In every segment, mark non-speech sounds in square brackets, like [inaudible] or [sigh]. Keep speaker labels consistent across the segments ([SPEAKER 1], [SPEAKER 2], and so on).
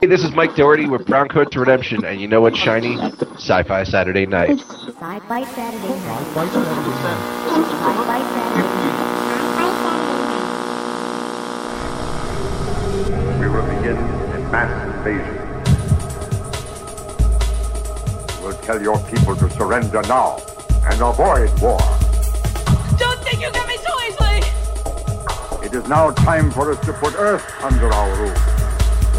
[SPEAKER 1] Hey, this is Mike Doherty with Brown Coat to Redemption, and you know what's shiny? Sci-Fi Saturday Night.
[SPEAKER 2] Sci-fi Saturday night.
[SPEAKER 3] Mike Doherty.
[SPEAKER 2] Sci-fi Saturday night.
[SPEAKER 4] We will begin a mass invasion. We'll tell your people to surrender now and avoid war.
[SPEAKER 5] Don't think you get me so easily!
[SPEAKER 4] It is now time for us to put Earth under our rule.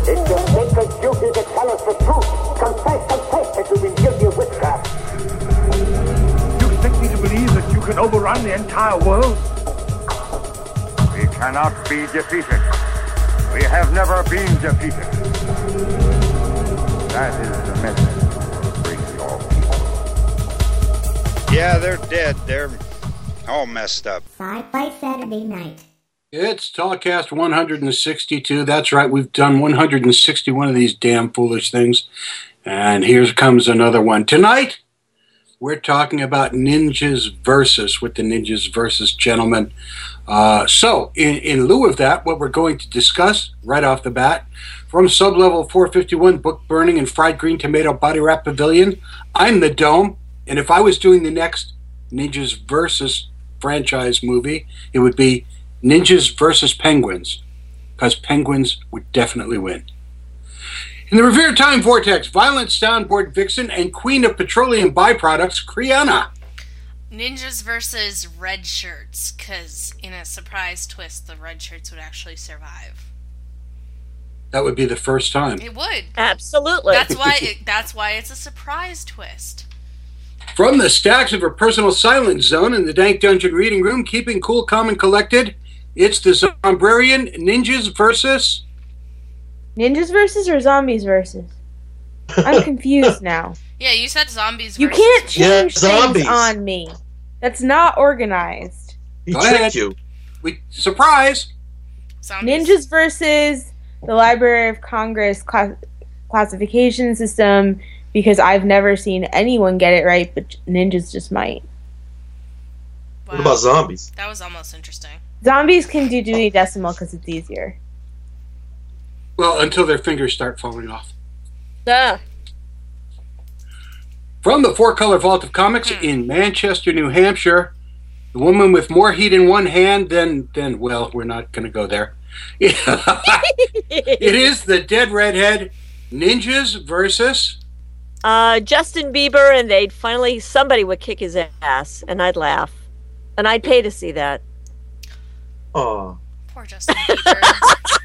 [SPEAKER 6] It's your sacred duty to tell us the truth. Confess, confess that you've been guilty of witchcraft.
[SPEAKER 4] You expect me to believe that you can overrun the entire world? We cannot be defeated. We have never been defeated. That is the message. Bring your people.
[SPEAKER 7] Yeah, they're dead. They're all messed up.
[SPEAKER 2] Sci-fi Saturday night.
[SPEAKER 8] It's Tallcast 162. That's right, we've done 161 of these damn foolish things. And here comes another one. Tonight, we're talking about Ninjas Versus with the Ninjas Versus Gentlemen. Uh, so, in, in lieu of that, what we're going to discuss right off the bat from sublevel 451 Book Burning and Fried Green Tomato Body Wrap Pavilion, I'm the Dome. And if I was doing the next Ninjas Versus franchise movie, it would be Ninjas versus Penguins, because Penguins would definitely win. In the Revere Time Vortex, Violent Soundboard Vixen and Queen of Petroleum Byproducts, Kriana.
[SPEAKER 9] Ninjas versus red shirts, because in a surprise twist, the red shirts would actually survive.
[SPEAKER 8] That would be the first time.
[SPEAKER 9] It would.
[SPEAKER 10] Absolutely.
[SPEAKER 9] That's why. It, that's why it's a surprise twist.
[SPEAKER 8] From the stacks of her personal silence zone in the Dank Dungeon Reading Room, keeping cool, calm, and collected, it's the Zombrarian Ninjas versus.
[SPEAKER 10] Ninjas versus or zombies versus?
[SPEAKER 3] [laughs]
[SPEAKER 10] I'm confused now.
[SPEAKER 9] Yeah, you said zombies.
[SPEAKER 10] You
[SPEAKER 9] versus-
[SPEAKER 10] can't change
[SPEAKER 3] Yeah,
[SPEAKER 10] things
[SPEAKER 3] zombies.
[SPEAKER 10] on me. That's not organized.
[SPEAKER 3] He
[SPEAKER 8] Go
[SPEAKER 3] tricked
[SPEAKER 8] ahead.
[SPEAKER 3] you.
[SPEAKER 8] We surprise.
[SPEAKER 9] Zombies.
[SPEAKER 10] Ninjas versus the Library of Congress class- classification system because I've never seen anyone get it right, but ninjas just might.
[SPEAKER 9] Wow.
[SPEAKER 3] What about zombies?
[SPEAKER 9] That was almost interesting.
[SPEAKER 10] Zombies can do Dewey Decimal because it's easier.
[SPEAKER 8] Well, until their fingers start falling off.
[SPEAKER 10] Duh.
[SPEAKER 8] From the Four Color Vault of Comics
[SPEAKER 9] Hmm.
[SPEAKER 8] in Manchester, New Hampshire, the woman with more heat in one hand than than well, we're not going to go there. [laughs] It is the Dead Redhead Ninjas versus.
[SPEAKER 11] uh, Justin Bieber, and they'd finally somebody would kick his ass, and I'd laugh, and I'd pay to see that.
[SPEAKER 3] Aw.
[SPEAKER 9] Poor Justin Bieber.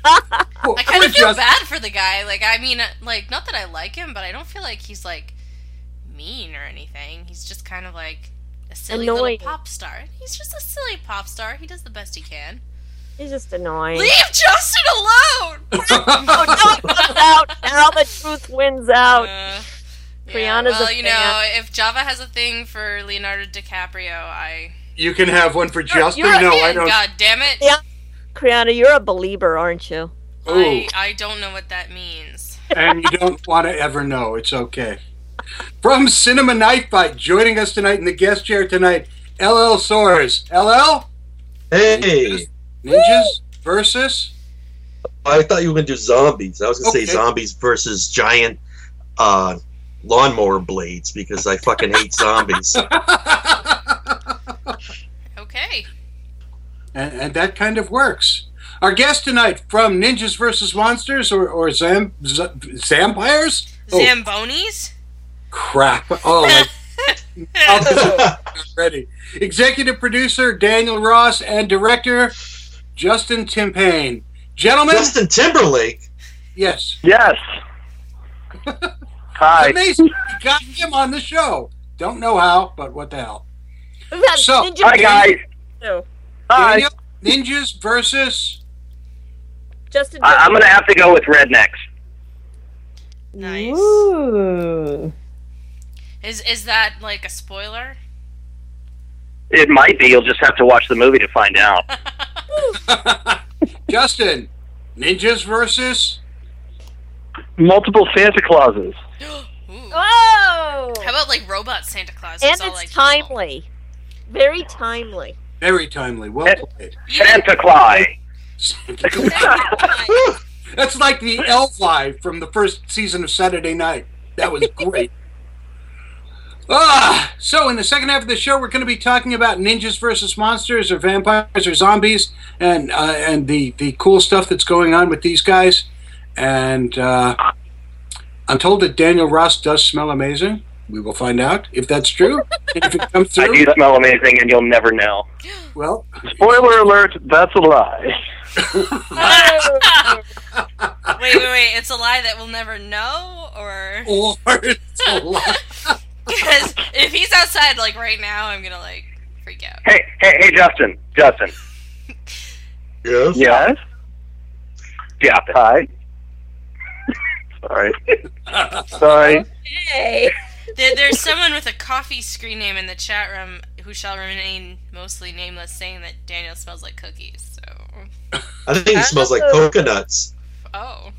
[SPEAKER 9] I kind
[SPEAKER 8] Poor
[SPEAKER 9] of feel
[SPEAKER 8] Justin.
[SPEAKER 9] bad for the guy. Like, I mean, uh, like, not that I like him, but I don't feel like he's like mean or anything. He's just kind of like a silly
[SPEAKER 11] Annoying.
[SPEAKER 9] little pop star. He's just a silly pop star. He does the best he can.
[SPEAKER 11] He's just annoying.
[SPEAKER 9] Leave Justin alone.
[SPEAKER 11] Talk it out now the truth wins out.
[SPEAKER 9] Uh, yeah,
[SPEAKER 11] Brianna's a
[SPEAKER 9] well, you know,
[SPEAKER 11] fan.
[SPEAKER 9] if Java has a thing for Leonardo DiCaprio, I
[SPEAKER 8] You can have one for Justin.
[SPEAKER 9] you're a
[SPEAKER 8] no,
[SPEAKER 9] fan,
[SPEAKER 8] I don't.
[SPEAKER 9] God damn it!
[SPEAKER 11] Yeah. Kriana, you're a believer, aren't you?
[SPEAKER 8] Oh.
[SPEAKER 9] I, I don't know what that means.
[SPEAKER 8] and you don't want to ever know. It's okay. From Cinema Night Fight, joining us tonight in the guest chair tonight, LL Soares. LL?
[SPEAKER 3] Hey,
[SPEAKER 8] Ninjas versus? [laughs]
[SPEAKER 3] I thought you were gonna do zombies. I was gonna
[SPEAKER 8] Okay.
[SPEAKER 3] say zombies versus giant uh, lawnmower blades because I fucking hate zombies. [laughs]
[SPEAKER 9] Okay.
[SPEAKER 8] And, and that kind of works. Our guest tonight from Ninjas versus Monsters or, or Zam, Z- Zampires? Oh,
[SPEAKER 9] Zambonis?
[SPEAKER 8] crap. Oh, my [laughs]
[SPEAKER 12] Oh,
[SPEAKER 8] Ready. Executive producer Daniel Ross and director Justin Timpain. Gentlemen,
[SPEAKER 3] Justin Timberlake.
[SPEAKER 8] yes.
[SPEAKER 12] Yes. Hi.
[SPEAKER 8] Amazing. We got him on the show. Don't know how, but what the hell.
[SPEAKER 11] [laughs] We've had
[SPEAKER 8] So-
[SPEAKER 11] ninja
[SPEAKER 12] Hi, guys.
[SPEAKER 11] too.
[SPEAKER 12] Hi.
[SPEAKER 8] Daniel, ninjas versus. [laughs]
[SPEAKER 11] Justin.
[SPEAKER 12] I- I'm going to have to go with rednecks.
[SPEAKER 9] Nice.
[SPEAKER 10] Ooh.
[SPEAKER 9] Is is that like a spoiler? [gasps]
[SPEAKER 12] It might be. You'll just have to watch the movie to find out.
[SPEAKER 8] Justin, ninjas versus.
[SPEAKER 12] Multiple Santa Clauses.
[SPEAKER 9] Ooh.
[SPEAKER 11] Oh,
[SPEAKER 9] How about like robot Santa Claus?
[SPEAKER 11] and
[SPEAKER 9] It's all,
[SPEAKER 11] it's
[SPEAKER 9] like, evil.
[SPEAKER 11] timely, very timely.
[SPEAKER 8] [laughs]
[SPEAKER 9] [laughs]
[SPEAKER 8] Very timely. Well played.
[SPEAKER 12] Santa Claus.
[SPEAKER 8] Santa Claus. That's like the elf live from the first season of Saturday Night. That was great. Ah, so in the second half of the show, we're going to be talking about ninjas versus monsters, or vampires, or zombies, and uh, and the the cool stuff that's going on with these guys. And uh, I'm told that Daniel Ross does smell amazing. We will find out if that's true. And if it comes
[SPEAKER 12] [laughs] I
[SPEAKER 8] through,
[SPEAKER 12] do smell amazing, and you'll never know.
[SPEAKER 8] well,
[SPEAKER 12] Spoiler alert, that's a lie.
[SPEAKER 11] [laughs]
[SPEAKER 9] wait, wait, wait. It's a lie that we'll never know, or [laughs]
[SPEAKER 8] or it's a lie.
[SPEAKER 9] because if he's outside like right now, I'm gonna like freak out.
[SPEAKER 12] Hey, hey, hey, Justin. Justin.
[SPEAKER 3] Yes?
[SPEAKER 12] Yes? Drop it. [laughs] Hi. [laughs] Sorry. Sorry.
[SPEAKER 9] Hey. There, there's someone with a coffee screen name in the chat room who shall remain mostly nameless, saying that Daniel smells like cookies. So,
[SPEAKER 3] I think he smells like coconuts.
[SPEAKER 9] oh,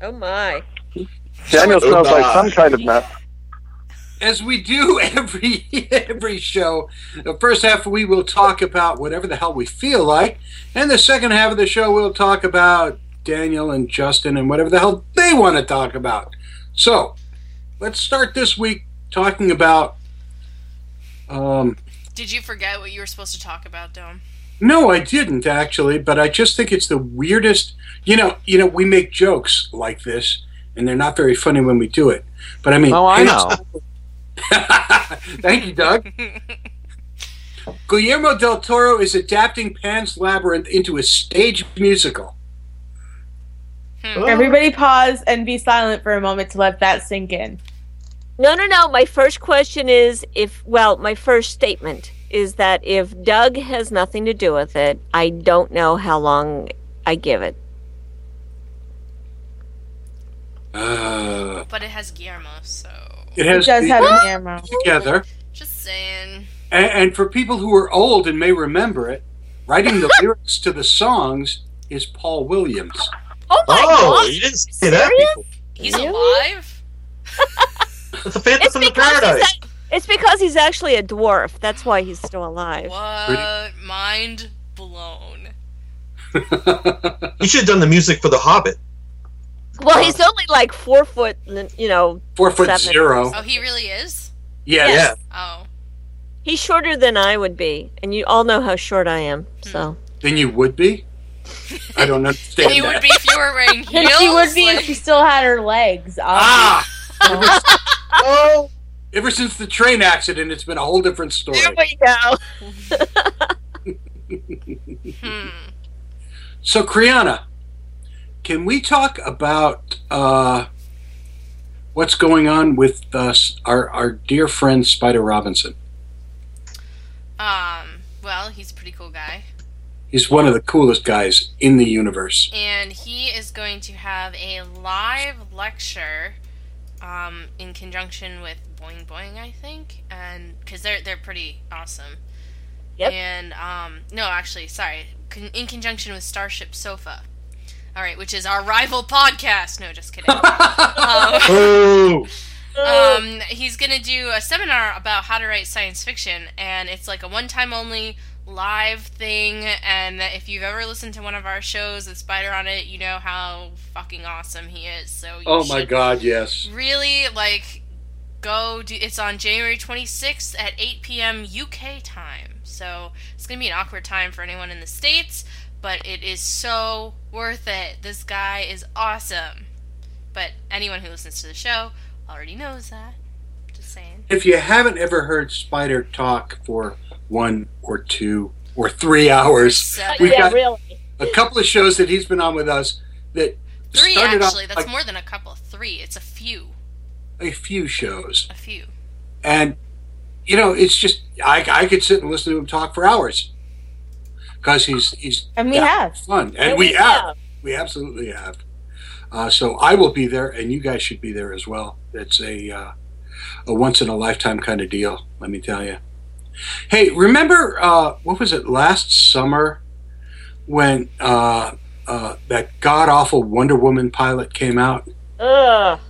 [SPEAKER 11] Oh my.
[SPEAKER 12] Daniel
[SPEAKER 3] smells like some
[SPEAKER 12] kind of nut.
[SPEAKER 8] as we do [laughs] every every show, the first half we will talk about whatever the hell we feel like, and the second half of the show we'll talk about Daniel and Justin and whatever the hell they want to talk about. So, let's start this week talking about. Um,
[SPEAKER 9] did you forget what you were supposed to talk about, Dome?
[SPEAKER 8] no, I didn't actually, but I just think it's the weirdest. You know, you know, we make jokes like this, and they're not very funny when we do it. But I mean,
[SPEAKER 13] Oh, I know.
[SPEAKER 8] [laughs] Thank you, Doug. Guillermo del Toro is adapting Pan's Labyrinth into a stage musical.
[SPEAKER 10] Everybody pause and be silent for a moment to let that sink in.
[SPEAKER 11] No, no, no. My first question is if, well, my first statement is that if Doug has nothing to do with it, I don't know how long I give it.
[SPEAKER 8] Uh,
[SPEAKER 9] But it has Guillermo, so
[SPEAKER 8] it has
[SPEAKER 10] does
[SPEAKER 8] the-
[SPEAKER 10] have a camera.
[SPEAKER 8] together.
[SPEAKER 9] just saying.
[SPEAKER 8] And, and for people who are old and may remember it, writing the lyrics to the songs is Paul Williams. [laughs]
[SPEAKER 11] Oh my
[SPEAKER 3] Oh,
[SPEAKER 11] god!
[SPEAKER 3] you didn't say that
[SPEAKER 11] Serious?
[SPEAKER 3] before.
[SPEAKER 9] He's
[SPEAKER 11] Really?
[SPEAKER 9] alive.
[SPEAKER 3] That's a Phantom
[SPEAKER 11] It's
[SPEAKER 3] from the
[SPEAKER 11] because he's
[SPEAKER 3] Paradise.
[SPEAKER 11] act- It's because he's actually a dwarf. That's why he's still alive.
[SPEAKER 9] What? Mind blown.
[SPEAKER 3] You should have done the music for The Hobbit.
[SPEAKER 11] Well, he's only like four foot, n- you know.
[SPEAKER 8] Four foot
[SPEAKER 11] seven.
[SPEAKER 8] zero.
[SPEAKER 9] Oh, he really is.
[SPEAKER 8] Yes.
[SPEAKER 3] Yeah.
[SPEAKER 10] [coughs]
[SPEAKER 9] Oh,
[SPEAKER 11] He's shorter than I would be, and you all know how short I am. So
[SPEAKER 8] Then you would be. I don't understand.
[SPEAKER 9] he would
[SPEAKER 8] that.
[SPEAKER 9] be if you
[SPEAKER 10] [laughs]
[SPEAKER 9] were wearing
[SPEAKER 10] And
[SPEAKER 9] heels.
[SPEAKER 10] she would be if
[SPEAKER 9] like-
[SPEAKER 10] she still had her legs.
[SPEAKER 8] [laughs] Ah.
[SPEAKER 3] Oh,
[SPEAKER 8] Ever since the train accident, it's been a whole different story.
[SPEAKER 11] there we go.
[SPEAKER 9] Hmm.
[SPEAKER 8] So, Kriana, can we talk about uh, what's going on with uh, s- our, our dear friend Spider Robinson?
[SPEAKER 9] Um. Well, he's a pretty cool guy,
[SPEAKER 8] He's one of the coolest guys in the universe.
[SPEAKER 9] and he is going to have a live lecture, um, in conjunction with Boing Boing, I think, and because they're they're pretty awesome.
[SPEAKER 11] Yep.
[SPEAKER 9] And um, no, actually, sorry, con- in conjunction with Starship Sofa. All right, which is our rival podcast. No, just
[SPEAKER 11] [laughs]
[SPEAKER 9] kidding. um,
[SPEAKER 3] oh.
[SPEAKER 9] um, he's gonna do a seminar about how to write science fiction, and it's like a one-time only live thing. And that if you've ever listened to one of our shows with Spider on it, you know how fucking awesome he is. So you
[SPEAKER 8] Oh my
[SPEAKER 9] should
[SPEAKER 8] God, yes.
[SPEAKER 9] really like go do. It's on January 26th at 8 p.m. UK time. So it's gonna be an awkward time for anyone in the states, but it is so worth it. This guy is awesome. But anyone who listens to the show already knows that. Just saying.
[SPEAKER 8] If you haven't ever heard Spider talk for one or two or three hours,
[SPEAKER 9] Seven.
[SPEAKER 8] We've
[SPEAKER 11] Uh, yeah,
[SPEAKER 8] got-
[SPEAKER 11] really.
[SPEAKER 8] a couple of shows that he's been on with us that
[SPEAKER 9] Three
[SPEAKER 8] started
[SPEAKER 9] actually.
[SPEAKER 8] off
[SPEAKER 9] That's
[SPEAKER 8] like
[SPEAKER 9] more than a couple. Three. It's a few.
[SPEAKER 8] a few shows.
[SPEAKER 9] A few.
[SPEAKER 8] and you know it's just I, I could sit and listen to him talk for hours because he's he's
[SPEAKER 10] And we
[SPEAKER 8] that
[SPEAKER 10] have.
[SPEAKER 8] fun and
[SPEAKER 11] There
[SPEAKER 8] we
[SPEAKER 11] we
[SPEAKER 8] have
[SPEAKER 11] go.
[SPEAKER 8] we absolutely have uh, so I will be there and you guys should be there as well it's a uh, a once in a lifetime kind of deal let me tell you hey remember uh, what was it last summer when uh, uh, that god awful Wonder Woman pilot came out
[SPEAKER 11] Ugh.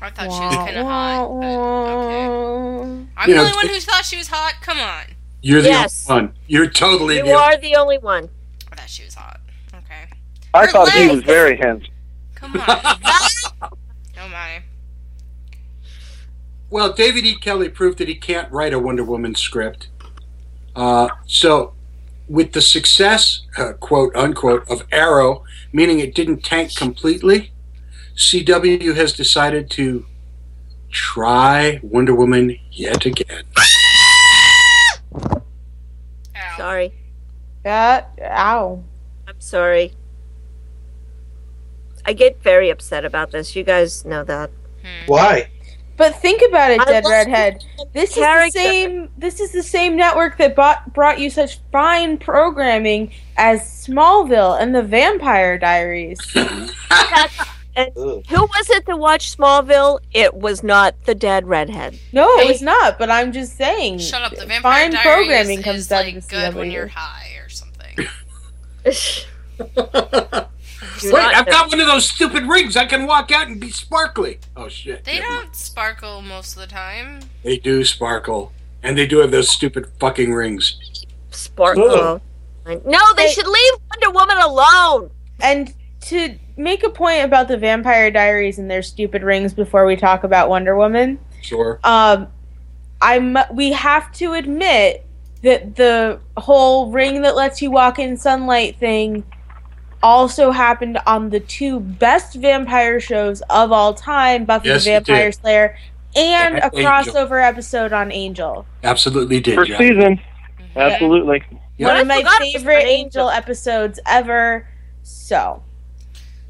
[SPEAKER 9] I thought she was kind of hot. But okay. I'm
[SPEAKER 8] You
[SPEAKER 9] the
[SPEAKER 8] know,
[SPEAKER 9] only one
[SPEAKER 8] it-
[SPEAKER 9] who thought she was hot. Come on.
[SPEAKER 8] you're the
[SPEAKER 11] Yes.
[SPEAKER 8] only one you're totally
[SPEAKER 11] You
[SPEAKER 8] the
[SPEAKER 11] are the only one.
[SPEAKER 9] I thought she was hot. Okay.
[SPEAKER 12] I thought he was very handsome. [laughs]
[SPEAKER 9] Oh
[SPEAKER 8] Well, David E. Kelly proved that he can't write a Wonder Woman script. Uh, so, with the success, uh, quote unquote, of Arrow, meaning it didn't tank completely, CW has decided to try Wonder Woman yet
[SPEAKER 12] [laughs]
[SPEAKER 8] again.
[SPEAKER 11] Sorry.
[SPEAKER 10] That ow.
[SPEAKER 11] I'm sorry. I get very upset about this. You guys know that.
[SPEAKER 3] Why?
[SPEAKER 10] But think about it,
[SPEAKER 11] I
[SPEAKER 10] Dead
[SPEAKER 11] love
[SPEAKER 10] Redhead. This is
[SPEAKER 11] character. [laughs]
[SPEAKER 10] the same. This is the same network that bought, brought you such fine programming as Smallville and The Vampire Diaries.
[SPEAKER 11] And who was it that watched Smallville? It was not the dead [laughs] redhead.
[SPEAKER 10] No, it was not. But I'm just saying. Shut up. The
[SPEAKER 9] Vampire
[SPEAKER 10] fine
[SPEAKER 9] Diaries
[SPEAKER 10] programming comes out of the
[SPEAKER 9] good when
[SPEAKER 10] CW.
[SPEAKER 9] you're high or something.
[SPEAKER 8] Wait, I've got one of those stupid rings. I can walk out and be sparkly. Oh shit!
[SPEAKER 9] They don't sparkle most of the time.
[SPEAKER 8] They do sparkle, and they do have those stupid fucking rings.
[SPEAKER 11] Sparkle. No, they should leave Wonder Woman alone.
[SPEAKER 10] And to make a point about the Vampire Diaries and their stupid rings before we talk about Wonder Woman,
[SPEAKER 8] Sure.
[SPEAKER 10] um, I mu- we have to admit that the whole ring that lets you walk in sunlight thing also happened on the two best vampire shows of all time, Buffy
[SPEAKER 8] Yes,
[SPEAKER 10] the
[SPEAKER 8] it
[SPEAKER 10] Vampire
[SPEAKER 8] did.
[SPEAKER 10] Slayer, and
[SPEAKER 8] And
[SPEAKER 10] a
[SPEAKER 8] Angel.
[SPEAKER 10] crossover episode on Angel.
[SPEAKER 8] Absolutely did.
[SPEAKER 12] First
[SPEAKER 8] Jack.
[SPEAKER 12] season. Absolutely.
[SPEAKER 10] One of my favorite Angel episodes ever. So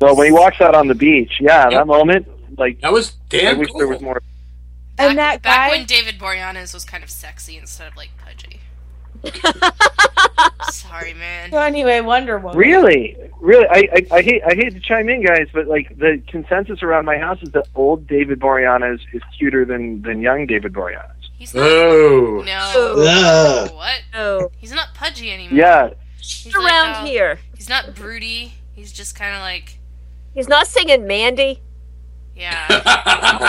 [SPEAKER 12] So when he walks out on the beach, yeah, that moment, like
[SPEAKER 8] that was damn.
[SPEAKER 12] I wish there was more.
[SPEAKER 9] Back, and that back when David Boreanaz was kind of sexy instead of like pudgy. Sorry, man.
[SPEAKER 10] So anyway, Wonder Woman.
[SPEAKER 12] Really, really, I, I, I hate I hate to chime in, guys, but like the consensus around my house is that old David Boreanaz is cuter than than young David Boreanaz.
[SPEAKER 8] Oh.
[SPEAKER 9] No.
[SPEAKER 12] Ugh.
[SPEAKER 9] What?
[SPEAKER 11] No.
[SPEAKER 9] He's not pudgy anymore.
[SPEAKER 12] Yeah,
[SPEAKER 9] He's
[SPEAKER 11] around
[SPEAKER 9] uh,
[SPEAKER 11] here.
[SPEAKER 9] He's not broody. He's just kind of like,
[SPEAKER 11] He's not singing Mandy.
[SPEAKER 12] [laughs]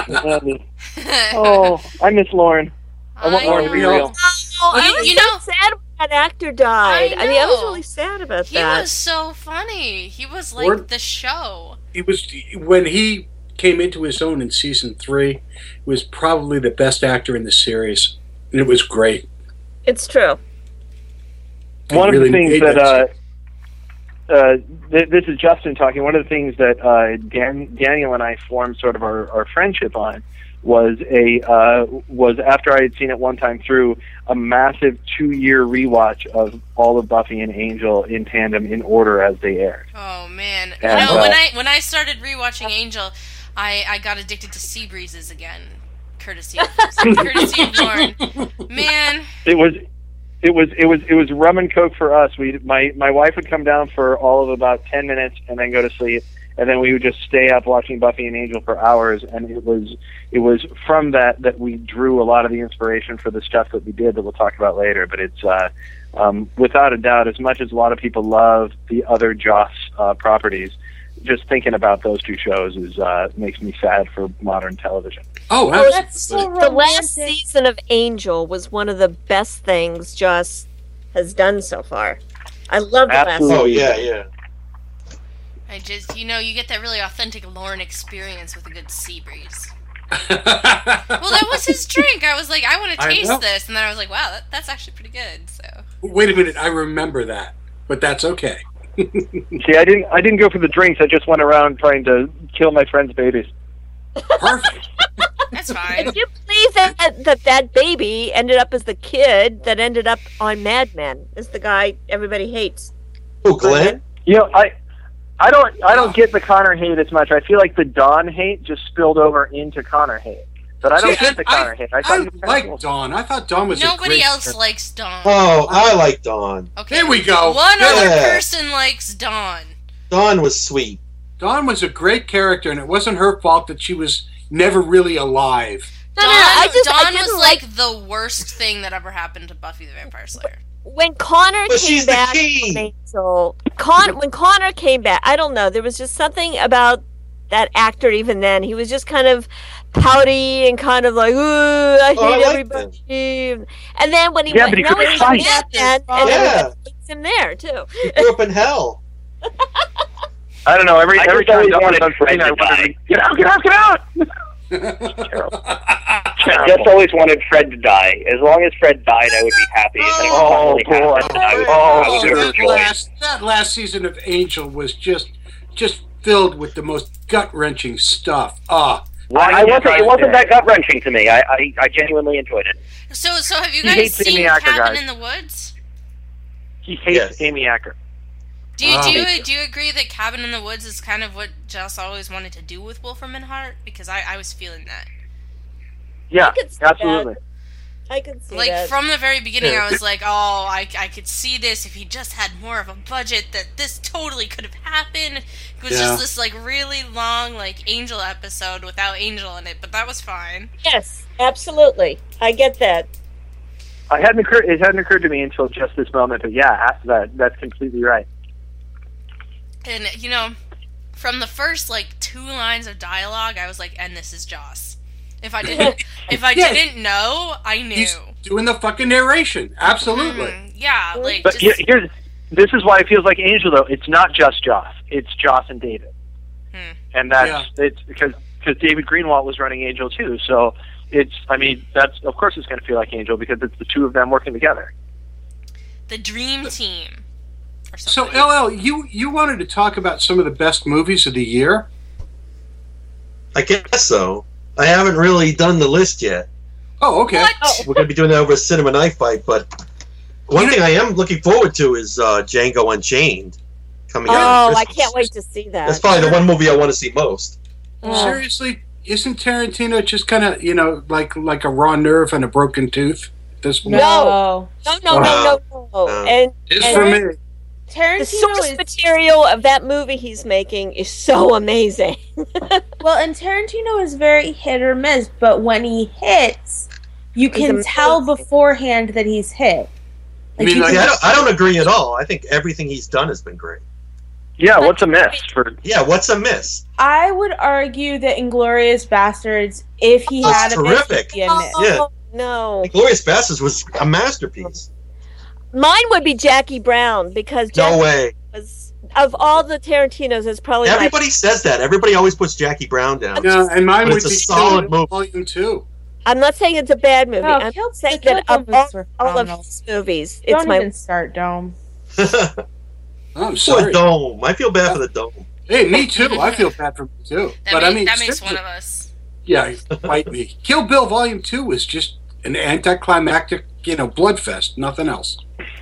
[SPEAKER 12] oh, [laughs] I miss Lauren. I want Lauren to be real.
[SPEAKER 11] Oh, I
[SPEAKER 9] You-
[SPEAKER 11] was
[SPEAKER 9] you
[SPEAKER 11] so sad when that actor died.
[SPEAKER 9] I
[SPEAKER 11] I, mean, I was
[SPEAKER 9] know.
[SPEAKER 11] really sad about
[SPEAKER 9] he
[SPEAKER 11] that.
[SPEAKER 9] was so funny. He was like
[SPEAKER 8] Or-
[SPEAKER 9] the show.
[SPEAKER 8] It was when he came into his own in season three. he Was probably the best actor in the series, and it was great.
[SPEAKER 11] It's true.
[SPEAKER 12] One of
[SPEAKER 8] really
[SPEAKER 12] the things
[SPEAKER 8] made
[SPEAKER 12] that
[SPEAKER 8] that
[SPEAKER 12] uh, uh, th- this is Justin talking. One of the things that uh, Dan- Daniel and I formed sort of our, our friendship on was a uh, was after I had seen it one time through a massive two year rewatch of all of Buffy and Angel in tandem in order as they aired.
[SPEAKER 9] Oh man.
[SPEAKER 12] And,
[SPEAKER 9] no, when
[SPEAKER 12] uh,
[SPEAKER 9] I when I started rewatching Angel, I I got addicted to sea breezes again, courtesy of [laughs] courtesy of Lauren. Man,
[SPEAKER 12] It was. It was it was it was rum and coke for us. We my my wife would come down for all of about ten minutes and then go to sleep, and then we would just stay up watching Buffy and Angel for hours. And it was it was from that that we drew a lot of the inspiration for the stuff that we did that we'll talk about later. But it's uh, um, without a doubt, as much as a lot of people love the other Joss uh, properties, just thinking about those two shows is uh, makes me sad for modern television.
[SPEAKER 8] Oh,
[SPEAKER 11] that's the last season of Angel was one of the best things Joss has done so far. I love the last.
[SPEAKER 3] Absolutely.
[SPEAKER 11] season.
[SPEAKER 3] Oh, yeah, yeah.
[SPEAKER 9] I just you know you get that really authentic Lauren experience with a good sea breeze. well, that was his drink. I was like, I want
[SPEAKER 8] [laughs]
[SPEAKER 9] to
[SPEAKER 8] I know.
[SPEAKER 9] taste this, and then I was like, wow, that, that's actually pretty good. So
[SPEAKER 8] [laughs] Wait a minute, I remember that, but that's okay.
[SPEAKER 12] See, I didn't I didn't go for the drinks. I just went around trying to kill my friends' babies.
[SPEAKER 8] [laughs]
[SPEAKER 9] that's fine.
[SPEAKER 11] If you believe that, that that baby ended up as the kid that ended up on Mad Men, is the guy everybody hates.
[SPEAKER 3] Oh, Glenn.
[SPEAKER 12] You know, I I don't I don't get the Connor hate as much. I feel like the Don hate just spilled over into Connor hate. But [laughs] I don't
[SPEAKER 8] See,
[SPEAKER 12] get the Connor hate. I,
[SPEAKER 8] I
[SPEAKER 12] thought
[SPEAKER 8] like Dawn. I thought Dawn was a
[SPEAKER 9] Nobody
[SPEAKER 8] great
[SPEAKER 9] else
[SPEAKER 8] character.
[SPEAKER 9] likes Dawn.
[SPEAKER 3] Oh, I like Dawn.
[SPEAKER 9] Okay.
[SPEAKER 8] There we go.
[SPEAKER 9] One
[SPEAKER 3] Yeah.
[SPEAKER 9] other person likes Dawn.
[SPEAKER 3] Dawn was sweet.
[SPEAKER 8] Dawn was a great character, and it wasn't her fault that she was never really alive. [laughs]
[SPEAKER 11] No,
[SPEAKER 9] Dawn,
[SPEAKER 11] no, no, I just- I
[SPEAKER 9] Dawn was
[SPEAKER 11] didn't
[SPEAKER 9] like, the worst thing that ever happened to Buffy the Vampire Slayer.
[SPEAKER 11] When Connor
[SPEAKER 9] But
[SPEAKER 11] came
[SPEAKER 9] she's the
[SPEAKER 11] back
[SPEAKER 9] king.
[SPEAKER 11] from Angel, Con- when Connor came back, I don't know. There was just something about that actor. Even then, he was just kind of pouty and kind of like, "Ooh, I hate
[SPEAKER 12] I liked
[SPEAKER 11] everybody." And then when he
[SPEAKER 12] Yeah,
[SPEAKER 11] went,
[SPEAKER 12] but he
[SPEAKER 11] now
[SPEAKER 12] couldn't
[SPEAKER 11] he's
[SPEAKER 12] fight.
[SPEAKER 11] Mad Men, and
[SPEAKER 12] Yeah.
[SPEAKER 11] everybody hates him there too.
[SPEAKER 3] Grew up in hell.
[SPEAKER 12] I don't know. Every
[SPEAKER 13] I
[SPEAKER 12] every
[SPEAKER 13] just
[SPEAKER 12] time
[SPEAKER 13] always wanted
[SPEAKER 12] Duffy's on
[SPEAKER 13] Fred
[SPEAKER 12] screen, I
[SPEAKER 13] to
[SPEAKER 12] wonder,
[SPEAKER 13] die.
[SPEAKER 12] get out, get out, get out.
[SPEAKER 13] Terrible. I just always wanted Fred to die. As long as Fred died, I would be happy. If anything
[SPEAKER 12] Oh,
[SPEAKER 13] finally happened, I would, I would have
[SPEAKER 8] Oh, that,
[SPEAKER 13] enjoyed.
[SPEAKER 8] last, that last season of Angel was just just filled with the most gut wrenching stuff. Ah,
[SPEAKER 13] I, I wasn't. It wasn't that gut wrenching to me. I, I, I genuinely enjoyed it.
[SPEAKER 9] So, so have you
[SPEAKER 13] He
[SPEAKER 9] guys
[SPEAKER 13] hates
[SPEAKER 9] seen
[SPEAKER 13] Amy Acker,
[SPEAKER 9] Cabin
[SPEAKER 13] guys.
[SPEAKER 9] in the Woods?
[SPEAKER 12] He hates Amy Acker.
[SPEAKER 9] Do you, do,
[SPEAKER 12] Oh.
[SPEAKER 9] you, do you agree that Cabin in the Woods is kind of what Joss always wanted to do with Wolfram and Hart? Because I, I was feeling that.
[SPEAKER 12] Yeah,
[SPEAKER 9] see that.
[SPEAKER 12] absolutely.
[SPEAKER 11] I can see
[SPEAKER 9] like
[SPEAKER 11] that.
[SPEAKER 9] from the very beginning
[SPEAKER 11] Yeah.
[SPEAKER 9] i was like oh I, I could see this if he just had more of a budget that this totally could have happened it was
[SPEAKER 11] Yeah.
[SPEAKER 9] just this like really long like angel episode without angel in it but that was fine
[SPEAKER 11] yes, absolutely. I get that.
[SPEAKER 12] I hadn't occurred. It hadn't occurred to me until just this moment. But yeah, after that, that's completely right.
[SPEAKER 9] and you know from the first like two lines of dialogue i was like and this is joss if
[SPEAKER 8] [laughs]
[SPEAKER 9] i didn't if i
[SPEAKER 8] Yes.
[SPEAKER 9] didn't know i knew Mm-hmm.
[SPEAKER 8] He's doing the fucking narration. Absolutely.
[SPEAKER 9] yeah like
[SPEAKER 12] But
[SPEAKER 9] just,
[SPEAKER 12] here- here's this is why it feels like Angel though. It's not just Joss. It's Joss and David. And that's it's because because David Greenwald was running Angel too. So it's I mean that's of course it's going to feel like Angel because it's the two of them working together.
[SPEAKER 9] the dream team
[SPEAKER 8] So LL, you you wanted to talk about some of the best movies of the year.
[SPEAKER 3] I guess so. I haven't really done the list yet.
[SPEAKER 8] Oh, okay.
[SPEAKER 3] We're going to be doing that over a cinema knife fight, but one thing I am looking forward to is uh, Django Unchained coming out.
[SPEAKER 11] Oh,
[SPEAKER 3] this-
[SPEAKER 11] I can't wait to see that. Uh,
[SPEAKER 3] That's probably the one movie I want to see most.
[SPEAKER 8] Seriously, isn't Tarantino just kind of you know like like a raw nerve and a broken tooth? at This point?
[SPEAKER 11] No, no, no, no, no, no.
[SPEAKER 8] Uh,
[SPEAKER 11] and
[SPEAKER 8] It's
[SPEAKER 11] and
[SPEAKER 8] for me.
[SPEAKER 11] The source material of that movie he's making is so
[SPEAKER 10] [laughs]
[SPEAKER 11] amazing.
[SPEAKER 10] well, and Tarantino is very hit or miss, but when he hits, you
[SPEAKER 11] He's
[SPEAKER 10] can
[SPEAKER 11] amazing.
[SPEAKER 10] tell beforehand that he's hit.
[SPEAKER 3] I mean, I, don't, I don't agree at all. I think everything he's done has been great.
[SPEAKER 12] Yeah, what's a miss for?
[SPEAKER 3] Yeah, what's a miss?
[SPEAKER 10] I would argue that Inglorious Bastards, if he
[SPEAKER 3] That's
[SPEAKER 10] had a miss,
[SPEAKER 3] terrific.
[SPEAKER 10] would be a miss.
[SPEAKER 3] Yeah.
[SPEAKER 11] No.
[SPEAKER 3] Glorious Bastards was a masterpiece.
[SPEAKER 11] Mine would be Jackie Brown because
[SPEAKER 3] No
[SPEAKER 11] Jackie
[SPEAKER 3] way.
[SPEAKER 11] was of all the Tarantinos is probably
[SPEAKER 3] Everybody
[SPEAKER 11] my,
[SPEAKER 3] says that. Everybody always puts Jackie Brown down. [laughs]
[SPEAKER 8] Yeah, and mine
[SPEAKER 3] But
[SPEAKER 8] would
[SPEAKER 3] it's a
[SPEAKER 8] be
[SPEAKER 3] solid
[SPEAKER 8] Kill
[SPEAKER 3] movie.
[SPEAKER 8] Volume Two. Oh,
[SPEAKER 11] I'm not saying it's a bad movie.
[SPEAKER 10] No,
[SPEAKER 11] I'm
[SPEAKER 10] Kill-
[SPEAKER 11] saying
[SPEAKER 10] the
[SPEAKER 11] that
[SPEAKER 10] Kill
[SPEAKER 11] of
[SPEAKER 10] Bill
[SPEAKER 11] all,
[SPEAKER 10] movies were
[SPEAKER 11] all of
[SPEAKER 10] phenomenal.
[SPEAKER 11] his movies, it's
[SPEAKER 10] Don't
[SPEAKER 11] my
[SPEAKER 10] even start, Dome.
[SPEAKER 8] I'm
[SPEAKER 3] sorry. Dome. I feel bad for the dome.
[SPEAKER 8] Hey, me too. I feel bad for me too.
[SPEAKER 9] that,
[SPEAKER 8] but
[SPEAKER 9] make-
[SPEAKER 8] I mean,
[SPEAKER 9] that makes
[SPEAKER 8] seriously,
[SPEAKER 9] one of us
[SPEAKER 8] yeah, fight me. Kill Bill Volume Two was just an anticlimactic, you know, bloodfest. Nothing else.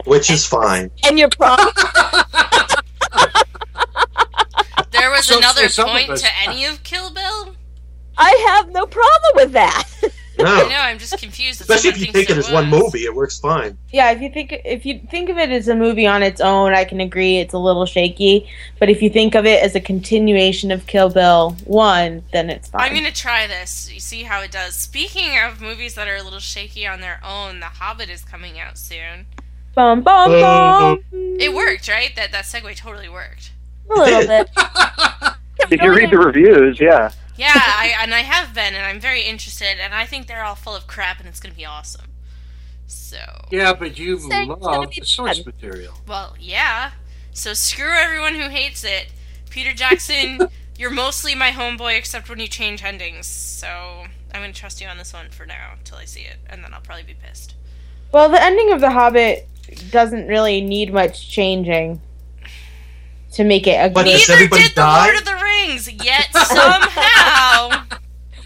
[SPEAKER 3] Which is
[SPEAKER 11] [laughs]
[SPEAKER 3] fine.
[SPEAKER 11] and your
[SPEAKER 10] [laughs]
[SPEAKER 11] problem.
[SPEAKER 9] there was
[SPEAKER 8] So-
[SPEAKER 9] another
[SPEAKER 8] so some of
[SPEAKER 9] point
[SPEAKER 8] us-
[SPEAKER 9] to any of kill bill
[SPEAKER 11] I have no problem with that. [laughs]
[SPEAKER 9] I
[SPEAKER 3] No.
[SPEAKER 9] know. I'm just confused. that
[SPEAKER 3] Especially if
[SPEAKER 9] someone
[SPEAKER 3] you take
[SPEAKER 9] thinks
[SPEAKER 3] it as
[SPEAKER 9] was.
[SPEAKER 3] one movie, it works fine.
[SPEAKER 10] Yeah, if you think if you think of it as a movie on its own, I can agree it's a little shaky. But if you think of it as a continuation of Kill Bill One, then it's fine.
[SPEAKER 9] I'm gonna try this. You see how it does. Speaking of movies that are a little shaky on their own, The Hobbit is coming out soon.
[SPEAKER 10] bum bum
[SPEAKER 3] Uh,
[SPEAKER 10] bum.
[SPEAKER 9] It worked, right? That that segue totally worked.
[SPEAKER 10] A little bit.
[SPEAKER 12] If you read the reviews, yeah.
[SPEAKER 9] Yeah, I and I have been, and I'm very interested, and I think they're all full of crap, and it's gonna be awesome. So,
[SPEAKER 8] Yeah, but you
[SPEAKER 9] Saying it's
[SPEAKER 8] love the source material.
[SPEAKER 9] well, yeah. So screw everyone who hates it. Peter Jackson, you're mostly my homeboy, except when you change endings. So I'm gonna trust you on this one for now till I see it, and then I'll probably be pissed.
[SPEAKER 10] Well, the ending of The Hobbit doesn't really need much changing to make it a
[SPEAKER 3] But
[SPEAKER 10] good.
[SPEAKER 3] does everybody die?
[SPEAKER 9] Lord of the Rings, yet
[SPEAKER 3] [laughs]
[SPEAKER 9] somehow.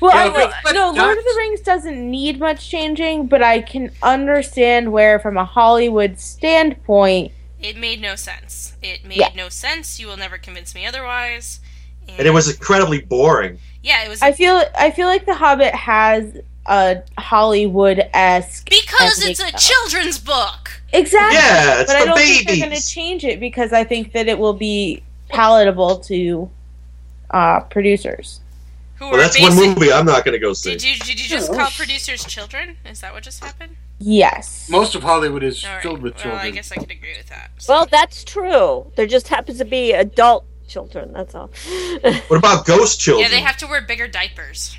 [SPEAKER 10] Well,
[SPEAKER 9] Yeah,
[SPEAKER 10] I know-
[SPEAKER 9] but-
[SPEAKER 10] no,
[SPEAKER 9] but
[SPEAKER 10] Lord of the Rings doesn't need much changing, but I can understand where, from a Hollywood standpoint,
[SPEAKER 9] It made no sense. It made
[SPEAKER 10] Yeah.
[SPEAKER 9] no sense. You will never convince me otherwise.
[SPEAKER 3] And it was incredibly boring.
[SPEAKER 9] Yeah, it was
[SPEAKER 10] I feel I feel like The Hobbit has a Hollywood esque
[SPEAKER 9] because it's a children's book.
[SPEAKER 10] exactly.
[SPEAKER 9] Yeah, it's
[SPEAKER 10] but I
[SPEAKER 9] for
[SPEAKER 10] don't think they're going to
[SPEAKER 9] babies.
[SPEAKER 10] change it because I think that it will be palatable to uh, producers.
[SPEAKER 9] Who
[SPEAKER 3] Well, that's one movie I'm not going to go see.
[SPEAKER 9] Did you did you
[SPEAKER 10] Oh.
[SPEAKER 9] just call producers children? Is that what just happened?
[SPEAKER 10] Yes.
[SPEAKER 8] Most of Hollywood is
[SPEAKER 9] All right.
[SPEAKER 8] filled with
[SPEAKER 9] Well,
[SPEAKER 8] children.
[SPEAKER 9] I guess I could agree with that.
[SPEAKER 11] Well, that's true. There just happens to be adult children. That's all. [laughs]
[SPEAKER 3] What about Ghost
[SPEAKER 9] Yeah,
[SPEAKER 3] Children?
[SPEAKER 9] they have to wear bigger diapers.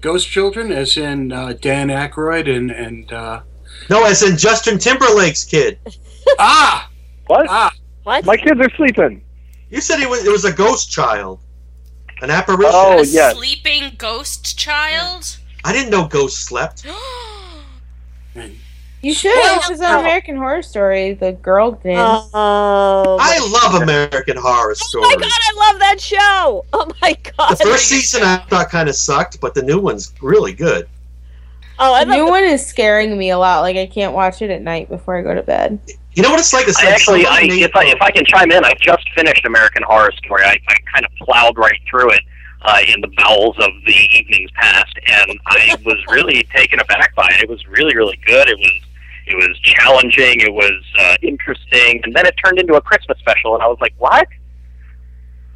[SPEAKER 8] Ghost Children, as in uh, Dan Aykroyd and and uh, [laughs]
[SPEAKER 3] no, as in Justin Timberlake's kid.
[SPEAKER 8] ah,
[SPEAKER 12] what?
[SPEAKER 8] Ah,
[SPEAKER 11] what?
[SPEAKER 12] My kids are sleeping.
[SPEAKER 3] You said he was. It was a ghost child, an apparition.
[SPEAKER 13] Oh.
[SPEAKER 8] Oh,
[SPEAKER 12] Oh,
[SPEAKER 9] a sleeping ghost child?
[SPEAKER 3] I didn't know ghosts slept.
[SPEAKER 9] [gasps]
[SPEAKER 10] You should. This is an American Horror Story. The girl did.
[SPEAKER 11] Uh, Oh.
[SPEAKER 3] I love American Horror
[SPEAKER 9] Oh
[SPEAKER 3] Story.
[SPEAKER 11] I love that show. Oh my god.
[SPEAKER 3] the first season I thought kind of sucked, but the new one's really good.
[SPEAKER 11] Oh,
[SPEAKER 10] the new one is scaring me a lot. Like I can't watch it at night before I go to bed.
[SPEAKER 3] You know what it's like? It's
[SPEAKER 13] I
[SPEAKER 3] like
[SPEAKER 13] actually, I,
[SPEAKER 3] somebody made-
[SPEAKER 13] if, I, if I can chime in, I just finished American Horror Story. I, I kind of plowed right through it uh, in the bowels of the evenings past, and
[SPEAKER 12] [laughs]
[SPEAKER 13] I was really taken aback by it. It was really, really good. It was it was challenging. It was uh, interesting, and then it turned into a Christmas special, and I was like, what?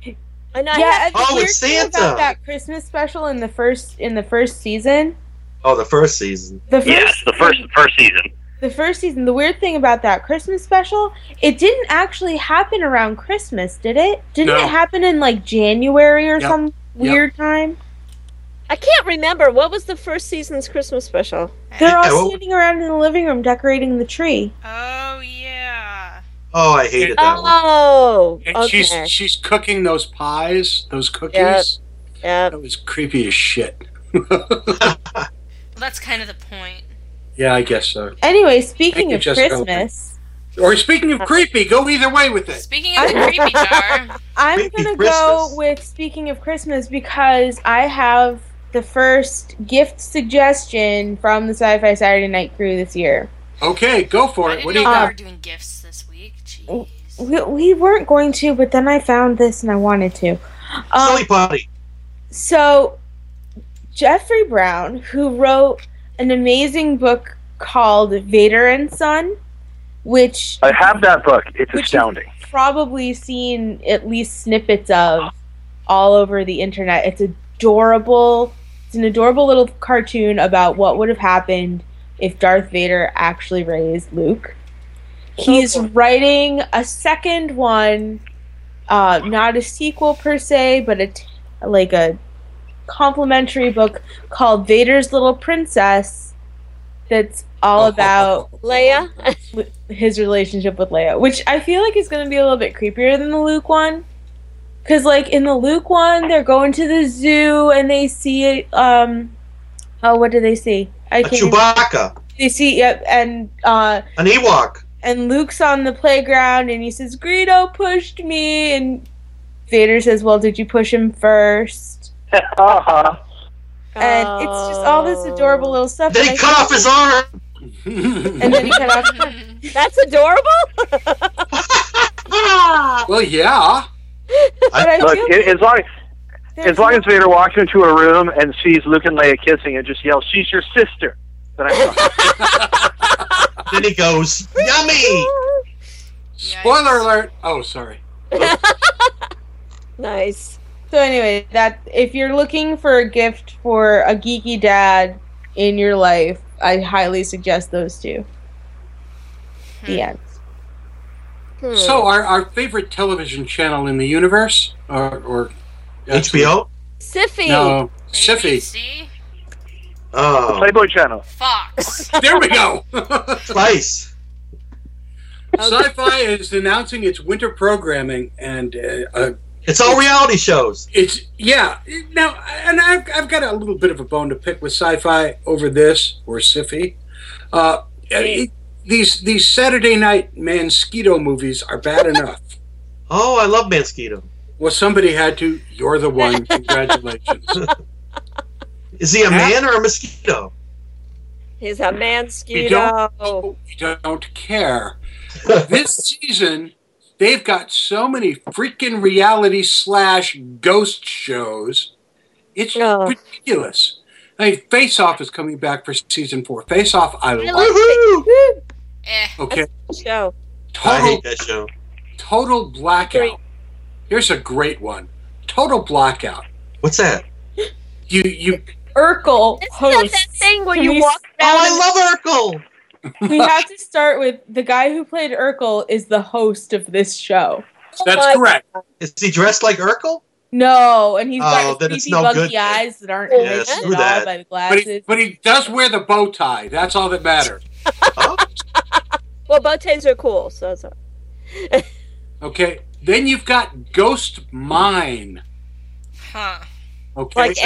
[SPEAKER 11] And
[SPEAKER 10] I
[SPEAKER 11] have-
[SPEAKER 10] yeah, the
[SPEAKER 11] Oh,
[SPEAKER 10] weird
[SPEAKER 11] it's
[SPEAKER 10] thing
[SPEAKER 11] Santa.
[SPEAKER 10] about that Christmas special in the first in the first season.
[SPEAKER 3] Oh, the first season.
[SPEAKER 10] The first-
[SPEAKER 13] yes, the first first season.
[SPEAKER 10] The first season. The weird thing about that Christmas special, it didn't actually happen around Christmas, did it? Didn't
[SPEAKER 11] No.
[SPEAKER 10] it happen in like January or
[SPEAKER 11] Yep.
[SPEAKER 10] some weird time?
[SPEAKER 11] I can't remember. What was the first season's Christmas special?
[SPEAKER 10] They're all
[SPEAKER 3] Yeah, well-
[SPEAKER 10] standing around in the living room decorating the tree.
[SPEAKER 3] Oh, I hated that one.
[SPEAKER 11] Oh,
[SPEAKER 8] And she's she's cooking those pies, those cookies.
[SPEAKER 9] Yep,
[SPEAKER 8] That was creepy as shit. [laughs]
[SPEAKER 9] Well, that's kind of the point.
[SPEAKER 8] Yeah, I guess so.
[SPEAKER 10] Anyway, speaking
[SPEAKER 8] you,
[SPEAKER 10] of
[SPEAKER 8] Jessica.
[SPEAKER 10] Christmas,
[SPEAKER 8] Or speaking of creepy, go either way with it.
[SPEAKER 9] Speaking of the
[SPEAKER 10] [laughs]
[SPEAKER 9] creepy jar,
[SPEAKER 10] I'm gonna go with speaking of Christmas because I have the first gift suggestion from the Sci-Fi Saturday Night crew this year.
[SPEAKER 8] Okay, go for it. What do you
[SPEAKER 10] know we
[SPEAKER 8] got?
[SPEAKER 10] were
[SPEAKER 12] Oh.
[SPEAKER 9] [laughs]
[SPEAKER 10] We, we weren't going to, but then I found this and I wanted to.
[SPEAKER 9] Uh,
[SPEAKER 10] Um,
[SPEAKER 3] Silly Putty.
[SPEAKER 10] So, Jeffrey Brown, who wrote an amazing book called Vader and Son, which
[SPEAKER 12] I have that book.
[SPEAKER 13] [laughs]
[SPEAKER 12] It's astounding.
[SPEAKER 10] probably seen at least snippets of all over the internet. It's adorable. It's an adorable little cartoon about what would have happened if Darth Vader actually raised Luke. He's writing a second one, uh, not a sequel per se, but a t- like a complimentary book called Vader's Little Princess. That's all
[SPEAKER 8] Oh,
[SPEAKER 10] about
[SPEAKER 11] Leia,
[SPEAKER 10] his relationship with Leia, which I feel like is going to be a little bit creepier than the Luke one. Because, like, in the Luke one, they're going to the zoo and they see, um, oh, what do they see? I
[SPEAKER 3] A
[SPEAKER 9] uh,
[SPEAKER 10] can't even-
[SPEAKER 3] Chewbacca.
[SPEAKER 10] They see, yep, and, uh,
[SPEAKER 3] An Ewok.
[SPEAKER 10] and Luke's on the playground and he says, Greedo pushed me. And Vader says, Well, did you push him first?
[SPEAKER 12] uh
[SPEAKER 13] Uh-huh.
[SPEAKER 12] huh.
[SPEAKER 10] And it's just all this adorable
[SPEAKER 11] Oh.
[SPEAKER 10] [laughs] little stuff.
[SPEAKER 3] Then
[SPEAKER 10] and I
[SPEAKER 3] he cut
[SPEAKER 10] think-
[SPEAKER 3] off his arm.
[SPEAKER 10] And then he
[SPEAKER 12] [laughs]
[SPEAKER 10] cut off his
[SPEAKER 11] That's adorable.
[SPEAKER 8] [laughs]
[SPEAKER 11] [laughs]
[SPEAKER 9] Ah!
[SPEAKER 8] Well, yeah.
[SPEAKER 12] Look, it, as long as long as Vader walks into a room and sees Luke and Leia kissing, and just yells, "She's your sister." Then
[SPEAKER 13] [laughs]
[SPEAKER 12] I
[SPEAKER 3] then he goes, "Yummy."
[SPEAKER 8] Spoiler alert. Oh, sorry.
[SPEAKER 11] Nice.
[SPEAKER 10] So anyway, that if you're looking for a gift for a geeky dad in your life, I highly suggest those two.
[SPEAKER 11] Hmm.
[SPEAKER 10] The end.
[SPEAKER 8] So, our, our favorite television channel in the universe, or, or uh,
[SPEAKER 3] HBO?
[SPEAKER 11] Siffy.
[SPEAKER 8] No, Siffy.
[SPEAKER 3] Oh.
[SPEAKER 12] The Playboy Channel. [laughs]
[SPEAKER 9] Fox.
[SPEAKER 8] [laughs] There we go.
[SPEAKER 3] Twice.
[SPEAKER 8] Sci-fi is announcing its winter programming, and uh, uh,
[SPEAKER 3] It's all reality shows.
[SPEAKER 8] It's yeah. Now, and I've, I've got a little bit of a bone to pick with sci-fi over this or Siffy. Uh, I mean, these these Saturday night Mansquito movies are bad enough.
[SPEAKER 3] Oh, I love Mansquito.
[SPEAKER 8] Well, somebody had to. You're the one. Congratulations.
[SPEAKER 3] Is he a man or a mosquito?
[SPEAKER 11] He's a
[SPEAKER 8] We
[SPEAKER 11] mansquito.
[SPEAKER 8] don't- We don't care. this season, they've got so many freaking reality slash ghost shows. It's ridiculous. I mean, Face Off is coming back for season four. Face Off, I love.
[SPEAKER 11] Woo!
[SPEAKER 9] Eh,
[SPEAKER 8] Okay,
[SPEAKER 11] Show.
[SPEAKER 3] I
[SPEAKER 8] total
[SPEAKER 3] hate that show.
[SPEAKER 8] total blackout. Here's a great one. Total blackout.
[SPEAKER 3] What's that?
[SPEAKER 8] You you
[SPEAKER 10] Urkel hosts. Oh,
[SPEAKER 11] thing where
[SPEAKER 10] Can
[SPEAKER 11] you
[SPEAKER 10] we
[SPEAKER 11] walk
[SPEAKER 10] s-
[SPEAKER 11] around
[SPEAKER 3] love
[SPEAKER 10] Urkel.
[SPEAKER 3] [laughs]
[SPEAKER 10] we have to start with the guy who played Urkel is the host of this show.
[SPEAKER 8] That's
[SPEAKER 10] my
[SPEAKER 8] correct.
[SPEAKER 3] Is he dressed
[SPEAKER 9] [laughs]
[SPEAKER 3] like Urkel?
[SPEAKER 10] No, and he's
[SPEAKER 3] Oh,
[SPEAKER 10] got
[SPEAKER 3] then
[SPEAKER 10] creepy
[SPEAKER 3] it's no
[SPEAKER 10] buggy
[SPEAKER 3] good then.
[SPEAKER 10] eyes that aren't
[SPEAKER 3] Yeah,
[SPEAKER 10] related at
[SPEAKER 3] screw
[SPEAKER 10] all
[SPEAKER 3] that.
[SPEAKER 10] by the
[SPEAKER 8] But
[SPEAKER 10] glasses.
[SPEAKER 8] he, but he does wear the bow tie. That's all that matters.
[SPEAKER 9] Oh,
[SPEAKER 11] Well, bow ties are cool, so that's all.
[SPEAKER 8] Okay. Then you've got Ghost Mine.
[SPEAKER 9] Huh.
[SPEAKER 8] Okay.
[SPEAKER 9] Like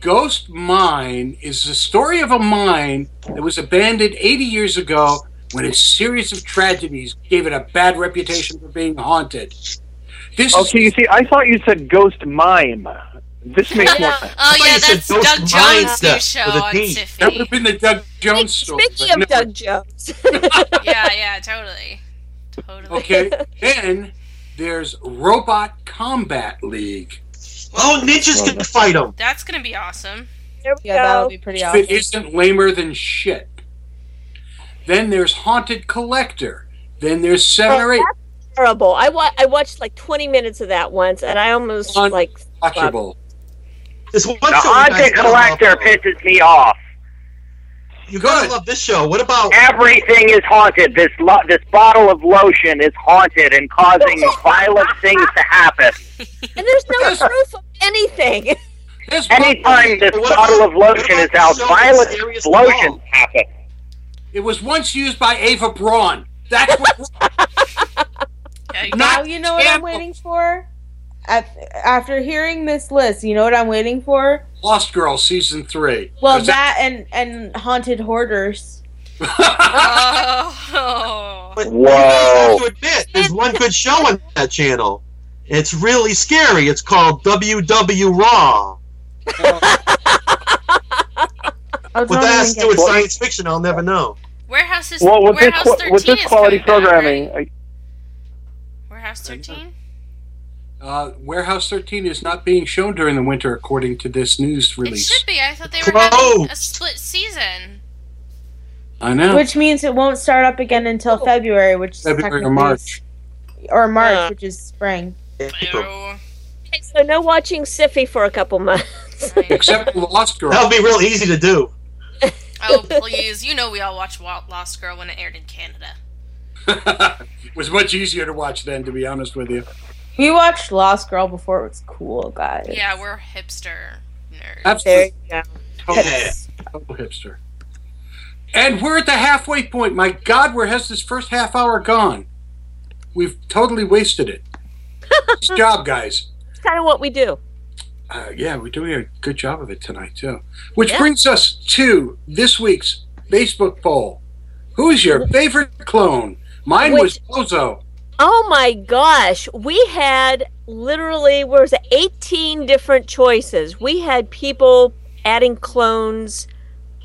[SPEAKER 8] Ghost Mine is the story of a mine that was abandoned 80 years ago when a series of tragedies gave it a bad reputation for being haunted. This
[SPEAKER 12] okay, you see, I thought you said ghost mime. This makes more sense.
[SPEAKER 10] [laughs]
[SPEAKER 9] Oh yeah, that's
[SPEAKER 12] Ghost
[SPEAKER 9] Doug
[SPEAKER 12] Mine
[SPEAKER 9] Jones'
[SPEAKER 12] with
[SPEAKER 9] new
[SPEAKER 12] a
[SPEAKER 9] show on
[SPEAKER 12] T.
[SPEAKER 9] Syfy.
[SPEAKER 8] That would have been the Doug Jones story.
[SPEAKER 9] Speaking
[SPEAKER 8] but
[SPEAKER 9] of
[SPEAKER 8] no.
[SPEAKER 9] Doug
[SPEAKER 11] Jones.
[SPEAKER 9] [laughs] yeah, yeah, totally. Totally. [laughs]
[SPEAKER 8] Okay. Then there's Robot Combat League.
[SPEAKER 3] Oh, ninjas can fight them.
[SPEAKER 9] That's gonna be awesome.
[SPEAKER 10] Yeah, that'll be pretty
[SPEAKER 8] If
[SPEAKER 10] awesome.
[SPEAKER 8] it isn't lamer than shit. Then there's Haunted Collector. Then there's seven or eight
[SPEAKER 11] Terrible. I wa- I watched like 20 minutes of that once, and I almost like.
[SPEAKER 8] watchable.
[SPEAKER 13] the object collector pisses me off.
[SPEAKER 3] You gotta love this show. What about
[SPEAKER 13] everything is haunted? This lo- this bottle of lotion is haunted and
[SPEAKER 9] [laughs]
[SPEAKER 13] causing violent things to happen.
[SPEAKER 11] And there's
[SPEAKER 8] [laughs]
[SPEAKER 11] no proof of anything. [laughs]
[SPEAKER 13] Anytime this bottle of lotion is out, violent explosions happen.
[SPEAKER 8] It was once used by Ava Braun. That's what. [laughs]
[SPEAKER 10] now you know what I'm waiting for. At, after hearing this list, you know what I'm waiting for?
[SPEAKER 8] Lost Girl season three.
[SPEAKER 10] Well,
[SPEAKER 8] 'Cause
[SPEAKER 10] that and and haunted hoarders.
[SPEAKER 9] oh. [laughs]
[SPEAKER 3] Whoa! To admit, there's one good show on that channel. It's really scary. It's called WW Raw. What that has to do with science fiction, I'll never know.
[SPEAKER 9] Warehouse is
[SPEAKER 12] Well, with this
[SPEAKER 9] Warehouse
[SPEAKER 12] qua-
[SPEAKER 9] thirteen
[SPEAKER 12] with this
[SPEAKER 9] is
[SPEAKER 12] quality
[SPEAKER 9] coming back,
[SPEAKER 12] programming,
[SPEAKER 9] right?
[SPEAKER 12] I-
[SPEAKER 9] Warehouse thirteen.
[SPEAKER 8] Uh, Warehouse 13 is not being shown during the winter, according to this news
[SPEAKER 9] It
[SPEAKER 8] release.
[SPEAKER 9] should be. I thought they were having a
[SPEAKER 8] Close.
[SPEAKER 9] split season.
[SPEAKER 8] I know.
[SPEAKER 10] Which means it won't start up again until
[SPEAKER 11] Oh.
[SPEAKER 10] February, which is
[SPEAKER 8] February or
[SPEAKER 10] technically-
[SPEAKER 8] March.
[SPEAKER 10] or March, which is spring.
[SPEAKER 11] Okay, so no watching Siffy for a couple months.
[SPEAKER 8] [laughs]
[SPEAKER 10] [laughs]
[SPEAKER 8] Except Lost Girl.
[SPEAKER 3] That'll be real easy to do.
[SPEAKER 9] Oh please! You know we all watched Wa- Lost Girl when it aired in Canada.
[SPEAKER 8] It was much easier to watch then, to be honest with you.
[SPEAKER 10] We watched Lost Girl before it was cool, guys.
[SPEAKER 9] Yeah, we're hipster nerds.
[SPEAKER 8] Absolutely.
[SPEAKER 10] There
[SPEAKER 8] Total, total hipster. And we're at the halfway point. My God, where has this first half hour gone? We've totally wasted
[SPEAKER 10] [laughs]
[SPEAKER 8] it. Good job, guys.
[SPEAKER 11] [laughs] It's kind of what we do.
[SPEAKER 8] Uh, yeah, we're doing a good job of it tonight, too. Which brings us to this week's Facebook poll. Who's your favorite clone? Mine was Bozo.
[SPEAKER 11] Oh my gosh, we had literally what was it, 18 different choices. We had people adding clones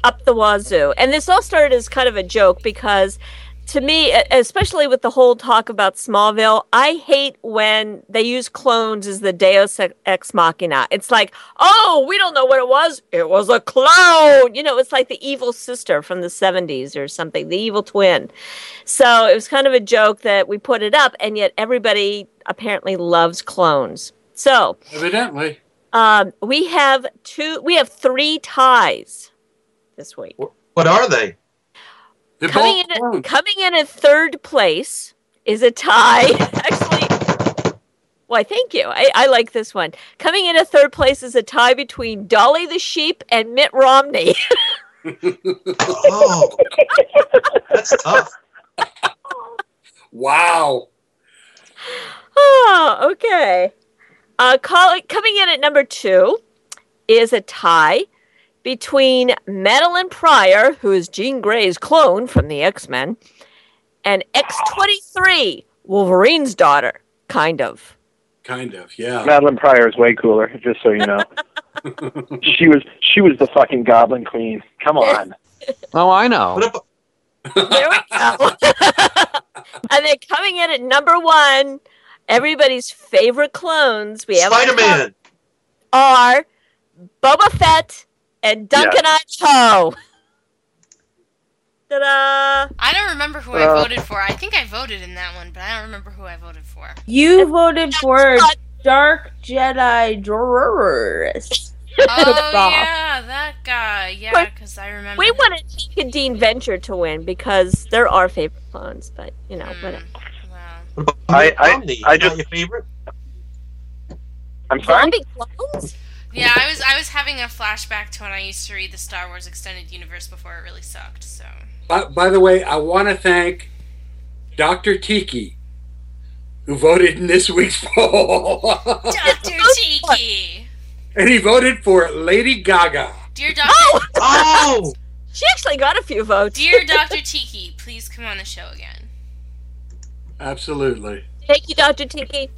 [SPEAKER 11] up the wazoo. And this all started as kind of a joke because to me, e- especially with the whole talk about Smallville, I hate when they use clones as the deus ex machina. It's like, oh, we don't know what it was. It was a clone. You know, it's like the evil sister from the 70s or something, the evil twin. So it was kind of a joke that we put it up, and yet everybody apparently loves clones. So
[SPEAKER 8] Evidently.
[SPEAKER 11] um, we have two, we have three ties this week.
[SPEAKER 3] What are they?
[SPEAKER 11] Coming in, at, coming in at third place is a tie. [laughs] Actually, why, thank you. I, I like this one. Coming in at third place is a tie between Dolly the Sheep and Mitt Romney.
[SPEAKER 3] oh, that's tough.
[SPEAKER 8] Wow.
[SPEAKER 11] Oh, okay. Uh, call, coming in at number two is a tie between Madeline Pryor, who is Jean Grey's clone from the X Men, and X23, Wolverine's daughter, kind of.
[SPEAKER 8] Kind of, yeah.
[SPEAKER 12] Madeline Pryor is way cooler, just so you
[SPEAKER 9] [laughs]
[SPEAKER 12] know. she was she was the fucking Goblin Queen. Come on.
[SPEAKER 14] Oh, I know.
[SPEAKER 11] There we go. [laughs] and then coming in at number one, everybody's favorite clones we have
[SPEAKER 3] Spider Man.
[SPEAKER 11] are Boba Fett and Duncan I Idaho. Ta-da!
[SPEAKER 9] I don't remember who
[SPEAKER 10] Uh.
[SPEAKER 9] I voted for. I think I voted in that one, but I don't remember who I
[SPEAKER 12] [laughs]
[SPEAKER 9] voted for.
[SPEAKER 10] You voted for Dark Jedi Droris.
[SPEAKER 9] Oh yeah, that guy. Yeah, because I remember.
[SPEAKER 11] We wanted Chica Dean Venture to win because there are favorite clones, but you know,
[SPEAKER 9] Hmm.
[SPEAKER 11] whatever.
[SPEAKER 12] I I, I just
[SPEAKER 3] your favorite.
[SPEAKER 12] I'm sorry.
[SPEAKER 11] clones?
[SPEAKER 9] Yeah, I was I was having a flashback to when I used to read the Star Wars extended universe before it really sucked.
[SPEAKER 12] [laughs]
[SPEAKER 9] So
[SPEAKER 8] By, by the way, I want to thank Dr. Tiki who voted in this week's [laughs] poll.
[SPEAKER 9] Dr. Cheeky.
[SPEAKER 8] and he voted for Lady Gaga.
[SPEAKER 9] Dear Dr.
[SPEAKER 3] Oh!
[SPEAKER 11] She actually got a few votes.
[SPEAKER 9] Dear Dr. Cheeky, please come on the show again.
[SPEAKER 8] Absolutely.
[SPEAKER 11] [laughs] Thank you, Dr. Tiki.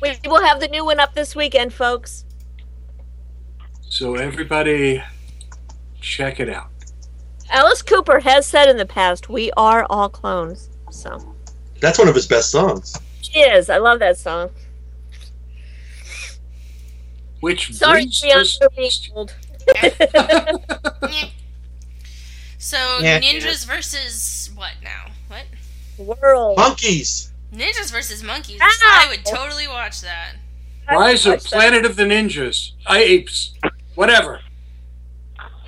[SPEAKER 11] We will have the new one up this weekend, folks.
[SPEAKER 8] So everybody, check it out.
[SPEAKER 11] Alice Cooper has said in the past, we are all clones. So,
[SPEAKER 3] That's one of his best songs.
[SPEAKER 11] she is. I love that song.
[SPEAKER 8] Which
[SPEAKER 11] Sorry,
[SPEAKER 8] brings
[SPEAKER 11] Leon,
[SPEAKER 8] us-
[SPEAKER 11] for being old.
[SPEAKER 9] So
[SPEAKER 8] Yeah.
[SPEAKER 9] ninjas versus what now? What?
[SPEAKER 11] [laughs] World.
[SPEAKER 3] Monkeys.
[SPEAKER 9] Ninjas versus monkeys. I would totally watch that.
[SPEAKER 8] Rise of Planet of the Ninjas, I apes, whatever.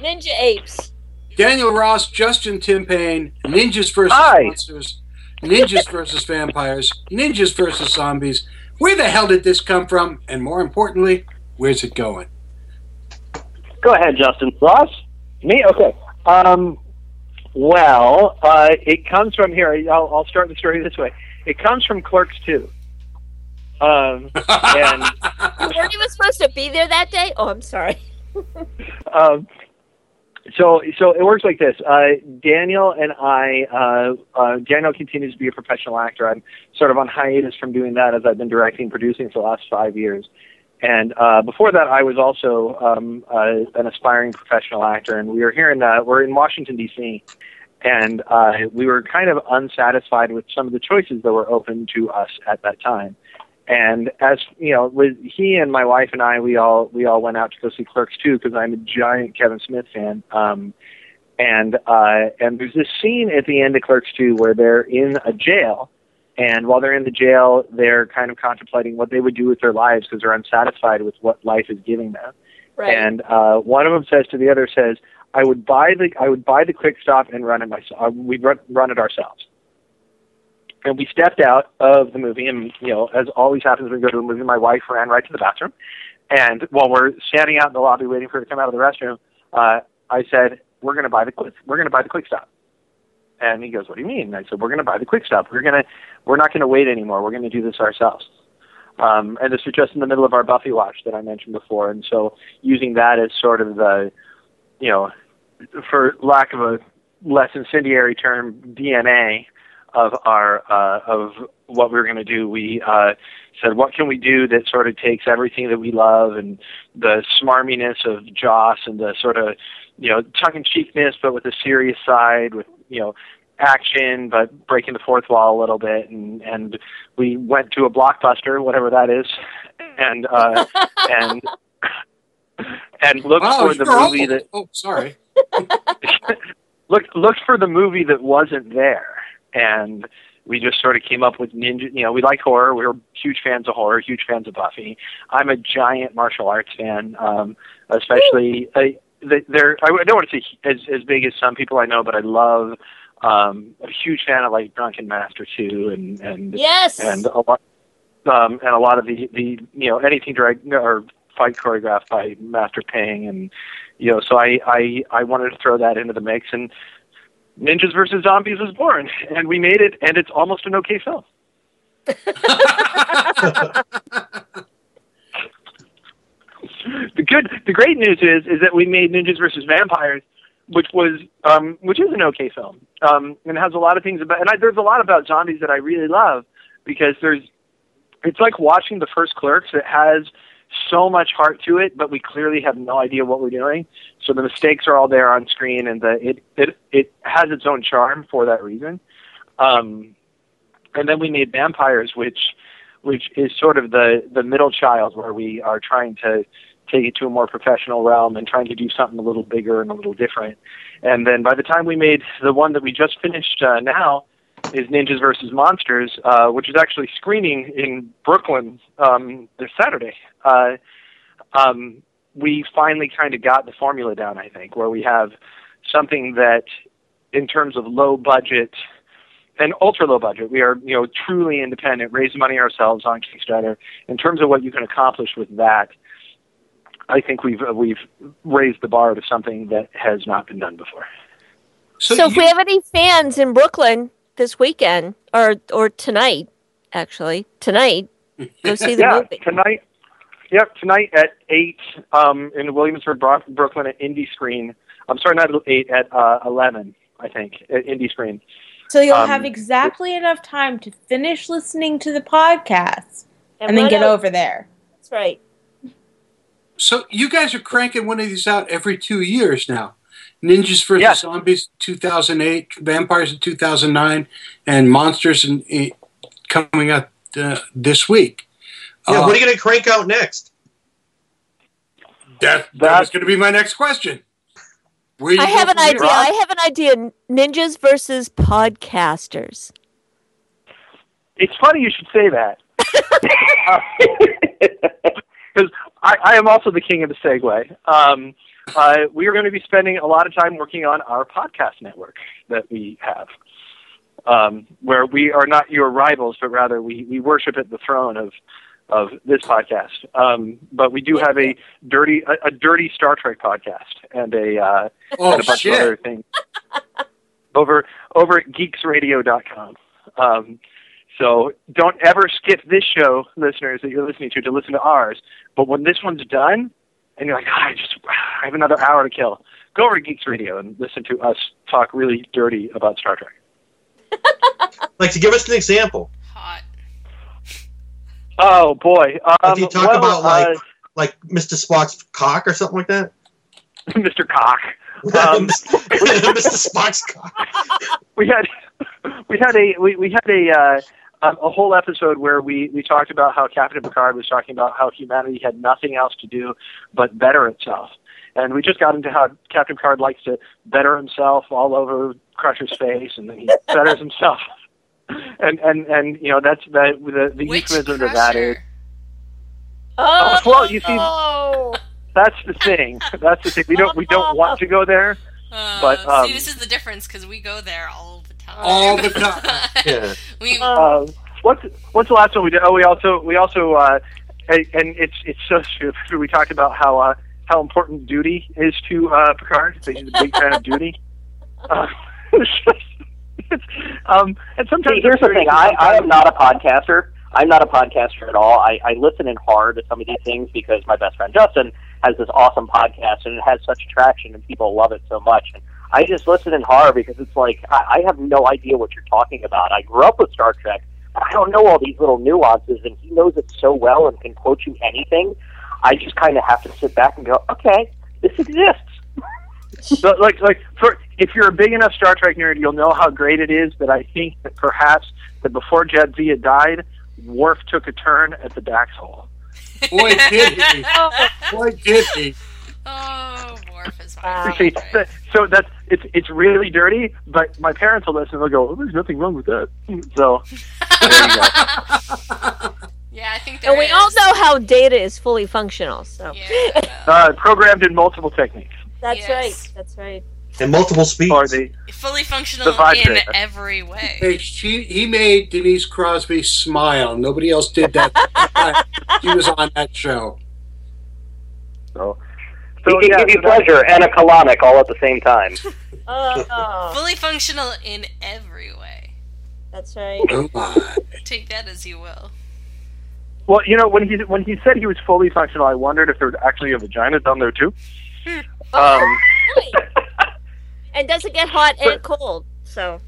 [SPEAKER 11] Ninja Apes.
[SPEAKER 8] Daniel Ross, Justin Timpain, Ninjas versus Monsters, Ninjas versus Vampires, Ninjas versus Zombies. Where the hell did this come from? And more importantly, where's it going?
[SPEAKER 12] Go ahead, Justin. Ross? Me? Okay. Um, well, uh, it comes from here. I'll, I'll start the story this way. It comes from Clerks 2. [laughs] Um, and
[SPEAKER 11] You
[SPEAKER 10] [laughs]
[SPEAKER 11] weren't even supposed to be there that day? Oh, I'm sorry.
[SPEAKER 12] um, so so it works like this. Uh, Daniel and I, uh, uh, Daniel continues to be a professional actor. I'm sort of on hiatus from doing that as I've been directing, and producing for the last five years. And uh, before that, I was also um, uh, an aspiring professional actor. And we were here in uh, we're in Washington D.C. And uh, we were kind of unsatisfied with some of the choices that were open to us at that time. And as you know, with he and my wife and I, we all we all went out to go see Clerks too because I'm a giant Kevin Smith fan. Um, and uh, and there's this scene at the end of Clerks two where they're in a jail, and while they're in the jail, they're kind of contemplating what they would do with their lives because they're unsatisfied with what life is giving them.
[SPEAKER 11] Right.
[SPEAKER 12] And uh, one of them says to the other, says, "I would buy the I would buy the quick stop and run it myself. Uh, We'd run, run it ourselves." And we stepped out of the movie, and you know, as always happens when we go to a movie, my wife ran right to the bathroom. And while we're standing out in the lobby waiting for her to come out of the restroom, uh, I said, "We're going to buy the quick. We're going to buy the quick stop." And he goes, "What do you mean?" And I said, "We're going to buy the quick stop. We're going to. We're not going to wait anymore. We're going to do this ourselves." Um, and this was just in the middle of our Buffy watch that I mentioned before, and so using that as sort of the, you know, for lack of a less incendiary term, DNA of our uh, of what we were going to do, we uh, said, what can we do that sort of takes everything that we love and the smarminess of Joss and the sort of you know tongue in cheekness, but with a serious side, with you know action, but breaking the fourth wall a little bit, and and we went to a blockbuster, whatever that is, and uh, and [laughs] and looked
[SPEAKER 8] Wow,
[SPEAKER 12] for the
[SPEAKER 8] you're
[SPEAKER 12] movie
[SPEAKER 8] old.
[SPEAKER 12] that
[SPEAKER 8] Oh, sorry.
[SPEAKER 12] looked looked for the movie that wasn't there, and we just sort of came up with ninja. You know, we like horror. We were huge fans of horror, huge fans of Buffy. I'm a giant martial arts fan, um, especially. I, they- they're, I don't want to say as as big as some people I know, but I love. Um, I'm a huge fan of like Drunken Master too, and and
[SPEAKER 11] Yes!
[SPEAKER 12] and a lot, um, and a lot of the the you know anything direct or fight choreographed by Master Pang and you know, so I, I, I wanted to throw that into the mix, and Ninjas versus Zombies was born, and we made it, and it's almost an okay film. the good, the great news is, is that we made Ninjas versus Vampires, which was, um, which is an okay film, um, and has a lot of things about, and I, there's a lot about zombies that I really love because there's, it's like watching the first Clerks. It has so much heart to it, but we clearly have no idea what we're doing. So the mistakes are all there on screen, and the, it it it has its own charm for that reason. Um, and then we made vampires, which which is sort of the the middle child where we are trying to take it to a more professional realm and trying to do something a little bigger and a little different. And then by the time we made the one that we just finished uh, now is Ninjas versus Monsters, uh, which is actually screening in Brooklyn um, this Saturday. Uh, um, we finally kind of got the formula down, I think, where we have something that, in terms of low budget and ultra low budget, we are you know truly independent, raise money ourselves on Kickstarter. In terms of what you can accomplish with that, I think we've uh, we've raised the bar to something that has not been done before.
[SPEAKER 11] So, if we have any fans in Brooklyn this weekend or or tonight, actually tonight. Go see
[SPEAKER 12] [laughs]
[SPEAKER 11] the
[SPEAKER 12] yeah,
[SPEAKER 11] movie.
[SPEAKER 12] tonight. Yep, tonight at eight um, in Williamsburg, Bro- Brooklyn, at Indie Screen. I'm sorry, not at eight at uh, eleven. I think at Indie Screen.
[SPEAKER 10] So you'll
[SPEAKER 12] Um,
[SPEAKER 10] have exactly enough time to finish listening to the podcast
[SPEAKER 11] And
[SPEAKER 10] and, then
[SPEAKER 11] what
[SPEAKER 10] get
[SPEAKER 11] else?
[SPEAKER 10] over there.
[SPEAKER 11] That's right.
[SPEAKER 8] So you guys are cranking one of these out every two years now. Ninjas vs. Zombies 2008, Vampires in 2009, and Monsters in, in- coming out uh, this week.
[SPEAKER 3] Yeah,
[SPEAKER 8] Uh,
[SPEAKER 3] what are you going to crank out next?
[SPEAKER 8] that, that was going to be my next question. Where you
[SPEAKER 11] I
[SPEAKER 8] go
[SPEAKER 11] have an
[SPEAKER 8] from here?
[SPEAKER 11] idea. I have an idea. Ninjas versus podcasters.
[SPEAKER 12] It's funny you should say that. [laughs] Because I, I am also the king of the segue. Um, uh, we are going to be spending a lot of time working on our podcast network that we have, um, where we are not your rivals, but rather we, we worship at the throne of of this podcast. Um, but we do have a dirty a, a dirty Star Trek podcast and a, uh,
[SPEAKER 8] Oh,
[SPEAKER 12] and a bunch
[SPEAKER 8] shit.
[SPEAKER 12] of other things [laughs] over over at geeksradio.com. Um, so don't ever skip this show, listeners, that you're listening to, to listen to ours. But when this one's done, and you're like, "Ah, I just [sighs] I have another hour to kill, go over to Geeks Radio and listen to us talk really dirty about Star Trek.
[SPEAKER 3] Like, to give us an example.
[SPEAKER 12] Oh boy! Um,
[SPEAKER 3] Like, do you talk
[SPEAKER 12] well,
[SPEAKER 3] about like
[SPEAKER 12] uh,
[SPEAKER 3] like Mr. Spock's cock or something like that?
[SPEAKER 12] [laughs] Mr. uh, Cock.
[SPEAKER 3] [laughs]
[SPEAKER 12] Um,
[SPEAKER 3] Mr. Spock's cock.
[SPEAKER 12] we had [laughs] we had a we, we had a uh, um, a whole episode where we we talked about how Captain Picard was talking about how humanity had nothing else to do but better itself, and we just got into how Captain Picard likes to better himself all over Crusher's face, and then he betters himself. And and and you know that's that the the euphemism to that is
[SPEAKER 11] Oh,
[SPEAKER 12] well, you see-
[SPEAKER 10] Oh.
[SPEAKER 12] that's the thing that's the thing we don't we don't want to go there, but um,
[SPEAKER 9] Uh, See, this is the difference because we go there all the time.
[SPEAKER 12] All the
[SPEAKER 9] [laughs]
[SPEAKER 12] time.
[SPEAKER 3] yeah.
[SPEAKER 9] we
[SPEAKER 13] Um,
[SPEAKER 12] Uh, what's what's the last one we did? Oh, we also we also uh, and and it's it's so stupid. [laughs] We talked about how uh, how important duty is to uh, Picard. That he's a big fan
[SPEAKER 13] [laughs]
[SPEAKER 12] of duty. Uh, [laughs] um, and sometimes
[SPEAKER 13] See, here's the thing. I, I am not a podcaster. I'm not a podcaster at all. I, I listen in hard to some of these things because my best friend Justin has this awesome podcast and it has such traction and people love it so much. And I just listen in hard because it's like I, I have no idea what you're talking about. I grew up with Star Trek. but I don't know all these little nuances, and he knows it so well and can quote you anything. I just kind of have to sit back and go, okay, this exists.
[SPEAKER 12] [laughs] So, like like for if you're a big enough Star Trek nerd, you'll know how great it is. But I think that perhaps that before Jadzia died, Worf took a turn at the Dax hole.
[SPEAKER 11] [laughs]
[SPEAKER 8] Boy, did he.
[SPEAKER 9] [laughs]
[SPEAKER 8] Boy, did he.
[SPEAKER 9] Oh,
[SPEAKER 12] See, th- so that's it's it's really dirty, but my parents will listen. They'll go, oh, "There's nothing wrong with that." So
[SPEAKER 13] [laughs]
[SPEAKER 9] yeah, I think.
[SPEAKER 11] and we all know how data is fully functional. So
[SPEAKER 12] uh, programmed in multiple techniques.
[SPEAKER 11] that's right. That's right.
[SPEAKER 3] And multiple speeds.
[SPEAKER 12] Or the,
[SPEAKER 9] fully functional
[SPEAKER 8] The vibe
[SPEAKER 9] in
[SPEAKER 8] there.
[SPEAKER 9] every way.
[SPEAKER 8] Hey, she, he made Denise Crosby smile. Nobody else did that. [laughs] she was on that show.
[SPEAKER 12] So,
[SPEAKER 13] it can
[SPEAKER 8] yeah,
[SPEAKER 13] give you
[SPEAKER 8] so that-
[SPEAKER 13] pleasure and a colonic all at the same time.
[SPEAKER 10] [laughs]
[SPEAKER 9] Fully functional in every
[SPEAKER 11] Oh,
[SPEAKER 9] way.
[SPEAKER 11] That's right.
[SPEAKER 9] Take that as you will.
[SPEAKER 12] [laughs] well, you know, when he when he said he was fully functional, I wondered if there was actually a vagina down
[SPEAKER 13] [laughs]
[SPEAKER 12] there too. Um,
[SPEAKER 11] And doesn't get hot and cold. So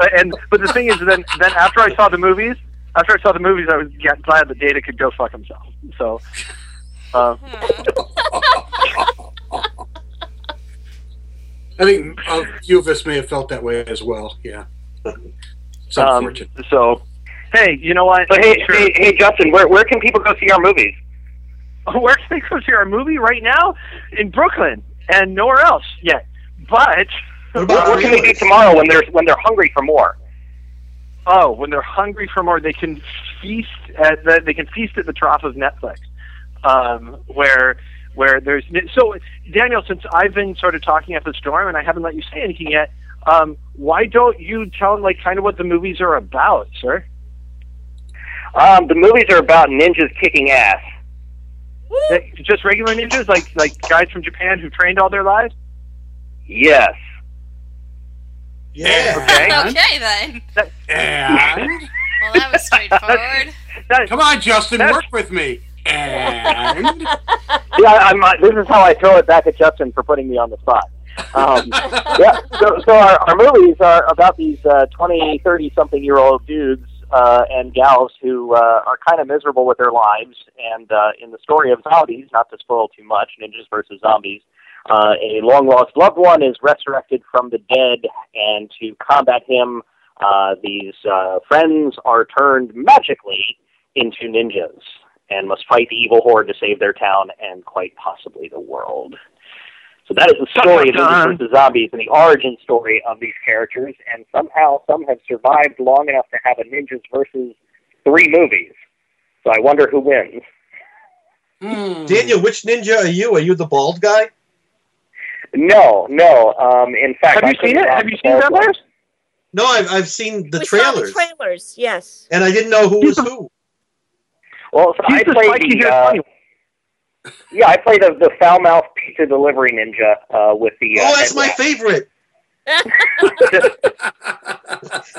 [SPEAKER 12] and but the thing is, then then after I saw the movies, after I saw the movies, I was g- glad that Data could go fuck himself. So. Uh,
[SPEAKER 8] I think a few of us may have felt that way as well. Yeah. It's
[SPEAKER 12] Um,
[SPEAKER 8] unfortunate.
[SPEAKER 12] so, hey, you know what?
[SPEAKER 13] But hey, hey, hey, Justin, where where can people go see our movies?
[SPEAKER 12] [laughs] where can they go see our movie right now? In Brooklyn and nowhere else yet. But [laughs]
[SPEAKER 13] What, what can they do tomorrow when they're when they're hungry for more?
[SPEAKER 12] Oh, when they're hungry for more, they can feast at the, they can feast at the trough of Netflix, um, where where there's so Daniel. Since I've been sort of talking at the storm and I haven't let you say anything yet, um, why don't you tell them like kind of what the movies are about, sir?
[SPEAKER 13] Um, the movies are about ninjas kicking ass.
[SPEAKER 12] That- Just regular ninjas, like like guys from Japan who trained all their lives.
[SPEAKER 13] Yes.
[SPEAKER 12] Yeah. Okay.
[SPEAKER 9] Okay then.
[SPEAKER 8] And
[SPEAKER 9] Well, that was straightforward.
[SPEAKER 8] Come on, Justin, work with me. And
[SPEAKER 15] [laughs] yeah, I'm, uh, this is how I throw it back at Justin for putting me on the spot. Um, yeah, so, so our, our movies are about these uh, 20, 30 something year old dudes uh, and gals who uh, are kind of miserable with their lives. And uh, in the story of zombies, not to spoil too much, Ninjas versus Zombies, uh, a long lost loved one is resurrected from the dead, and to combat him, uh, these uh, friends are turned magically into ninjas and must fight the evil horde to save their town and quite possibly the world. So that is the story of
[SPEAKER 16] Dun-dun-dun.
[SPEAKER 15] Ninjas vs. Zombies and the origin story of these characters, and somehow some have survived long enough to have a Ninjas versus three movies. So I wonder who wins.
[SPEAKER 3] Daniel, which ninja are you? Are you the bald guy?
[SPEAKER 15] No, no. Um, in fact, Have you I seen couldn't it? find Have you the seen bald one. trailers?
[SPEAKER 3] No, I've, I've seen the
[SPEAKER 11] we
[SPEAKER 3] trailers,
[SPEAKER 11] saw the trailers. Yes.
[SPEAKER 3] and I didn't know
[SPEAKER 13] [laughs]
[SPEAKER 3] who was who.
[SPEAKER 15] Well, so I played the, uh, yeah, I played the, the foul mouth pizza delivery ninja uh, with the. Uh,
[SPEAKER 3] Oh, that's my
[SPEAKER 11] [laughs]
[SPEAKER 3] favorite.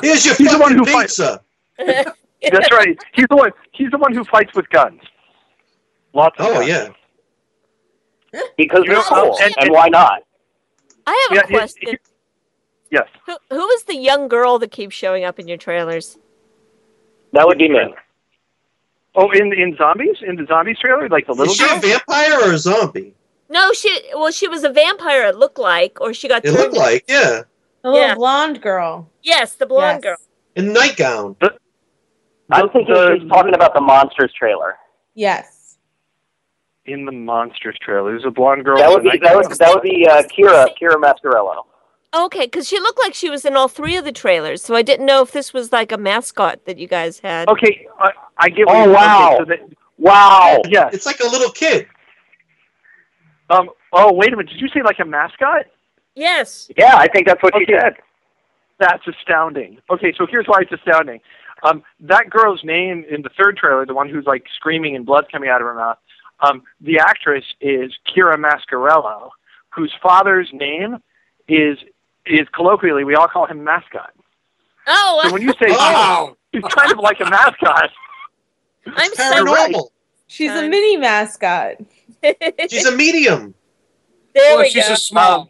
[SPEAKER 3] Here's your
[SPEAKER 12] He's the one
[SPEAKER 3] fucking
[SPEAKER 12] who
[SPEAKER 3] pizza.
[SPEAKER 12] That's right. He's the one. He's the one who fights with guns. Lots. Of
[SPEAKER 3] Oh,
[SPEAKER 12] guns.
[SPEAKER 3] yeah.
[SPEAKER 15] Because
[SPEAKER 12] You know,
[SPEAKER 15] we're cool,
[SPEAKER 12] and-
[SPEAKER 15] and,
[SPEAKER 12] and-
[SPEAKER 15] why not?
[SPEAKER 11] I have a
[SPEAKER 12] Yeah, it-
[SPEAKER 11] question.
[SPEAKER 12] Yes.
[SPEAKER 11] Who, who is the young girl that keeps showing up in your trailers?
[SPEAKER 15] That would be me.
[SPEAKER 12] Oh, in in zombies in the zombies trailer, like the little.
[SPEAKER 3] Is she a
[SPEAKER 12] girl?
[SPEAKER 3] vampire or a zombie?
[SPEAKER 11] No, she. Well, she was a vampire. It looked like, or she got.
[SPEAKER 3] It looked
[SPEAKER 11] turned-
[SPEAKER 3] like, yeah.
[SPEAKER 10] The little blonde girl.
[SPEAKER 11] Yes, the blonde girl.
[SPEAKER 3] A nightgown.
[SPEAKER 15] I'm thinking she's talking about the monsters trailer.
[SPEAKER 10] Yes.
[SPEAKER 12] In the monsters trailer, there's a blonde girl.
[SPEAKER 15] that
[SPEAKER 12] with
[SPEAKER 15] would
[SPEAKER 12] a
[SPEAKER 15] be that would
[SPEAKER 12] nightgown.
[SPEAKER 15] that would be uh, Kira Kira Mascarello.
[SPEAKER 11] Okay, because she looked like she was in all three of the trailers, so I didn't know if this was like a mascot that you guys had.
[SPEAKER 12] Okay, I, I get. What
[SPEAKER 11] Oh,
[SPEAKER 12] you're- okay,
[SPEAKER 11] wow.
[SPEAKER 12] so that-
[SPEAKER 15] wow.
[SPEAKER 12] Yeah.
[SPEAKER 3] It's like a little kid.
[SPEAKER 12] Um. Oh, wait a minute. Did you say like a mascot?
[SPEAKER 11] Yes.
[SPEAKER 15] Yeah, I think that's what
[SPEAKER 12] she said. That's astounding. Okay, so here's why it's astounding. Um, that girl's name in the third trailer, the one who's like screaming and blood coming out of her mouth, um, the actress is Kira Mascarello, whose father's name is is colloquially we all call him mascot.
[SPEAKER 11] Oh.
[SPEAKER 12] So when you
[SPEAKER 15] [laughs]
[SPEAKER 12] say
[SPEAKER 8] oh,
[SPEAKER 10] Wow.
[SPEAKER 12] he's kind of like a mascot.
[SPEAKER 11] I'm
[SPEAKER 10] so
[SPEAKER 12] Paranormal.
[SPEAKER 10] right. She's a mini mascot.
[SPEAKER 3] She's a medium.
[SPEAKER 11] There
[SPEAKER 12] Oh,
[SPEAKER 8] well, she's a small,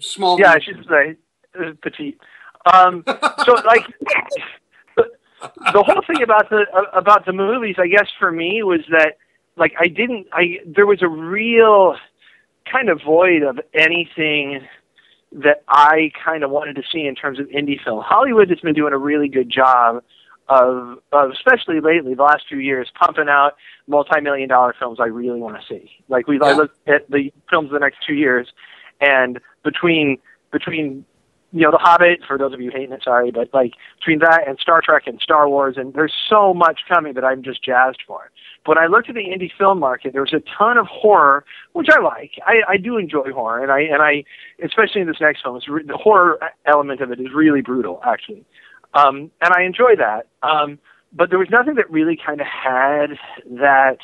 [SPEAKER 8] small.
[SPEAKER 12] Yeah, she's like uh, petite. Um, so like the whole thing about the uh, about the movies, I guess for me was that like I didn't I there was a real kind of void of anything that I kind of wanted to see in terms of indie film. Hollywood has been doing a really good job of, of especially lately the last few years pumping out multi-million dollar films I really want to see. Like we I
[SPEAKER 8] Yeah.
[SPEAKER 12] looked at the films of the next 2 years and between between you know, The Hobbit, for those of you hating it, sorry, but like between that and Star Trek and Star Wars, and there's so much coming that I'm just jazzed for. But When I looked at the indie film market, there was a ton of horror, which I like. I, I do enjoy horror, and I and I, especially in this next film, it's re- the horror element of it is really brutal, actually, um, and I enjoy that. Um, but there was nothing that really kind of had that.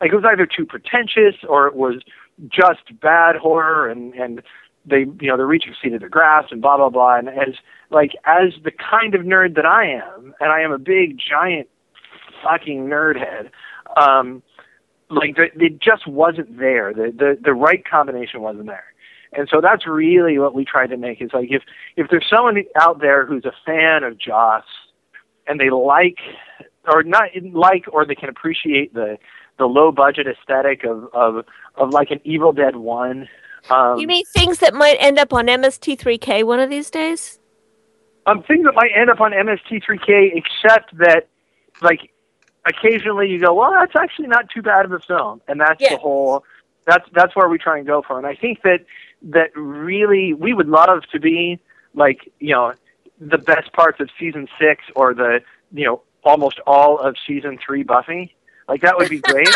[SPEAKER 12] Like it was either too pretentious or it was just bad horror, and and they you know they're reaching for the seat of their grasp and blah blah blah and as like as the kind of nerd that I am and I am a big giant fucking nerd head um like the, it just wasn't there the, the the right combination wasn't there and so that's really what we tried to make is like if if there's someone out there who's a fan of Joss and they like or not like or they can appreciate the the low budget aesthetic of of of like an Evil Dead one um,
[SPEAKER 11] you mean things that might end up on MST3K one of these days?
[SPEAKER 12] um, things that might end up on MST3K, except that, like, occasionally you go, well, that's actually not too bad of a film, and that's the whole. That's that's where we try and go for, and I think that that really we would love to be like you know the best parts of season six or the you know almost all of season three Buffy, like that would be great.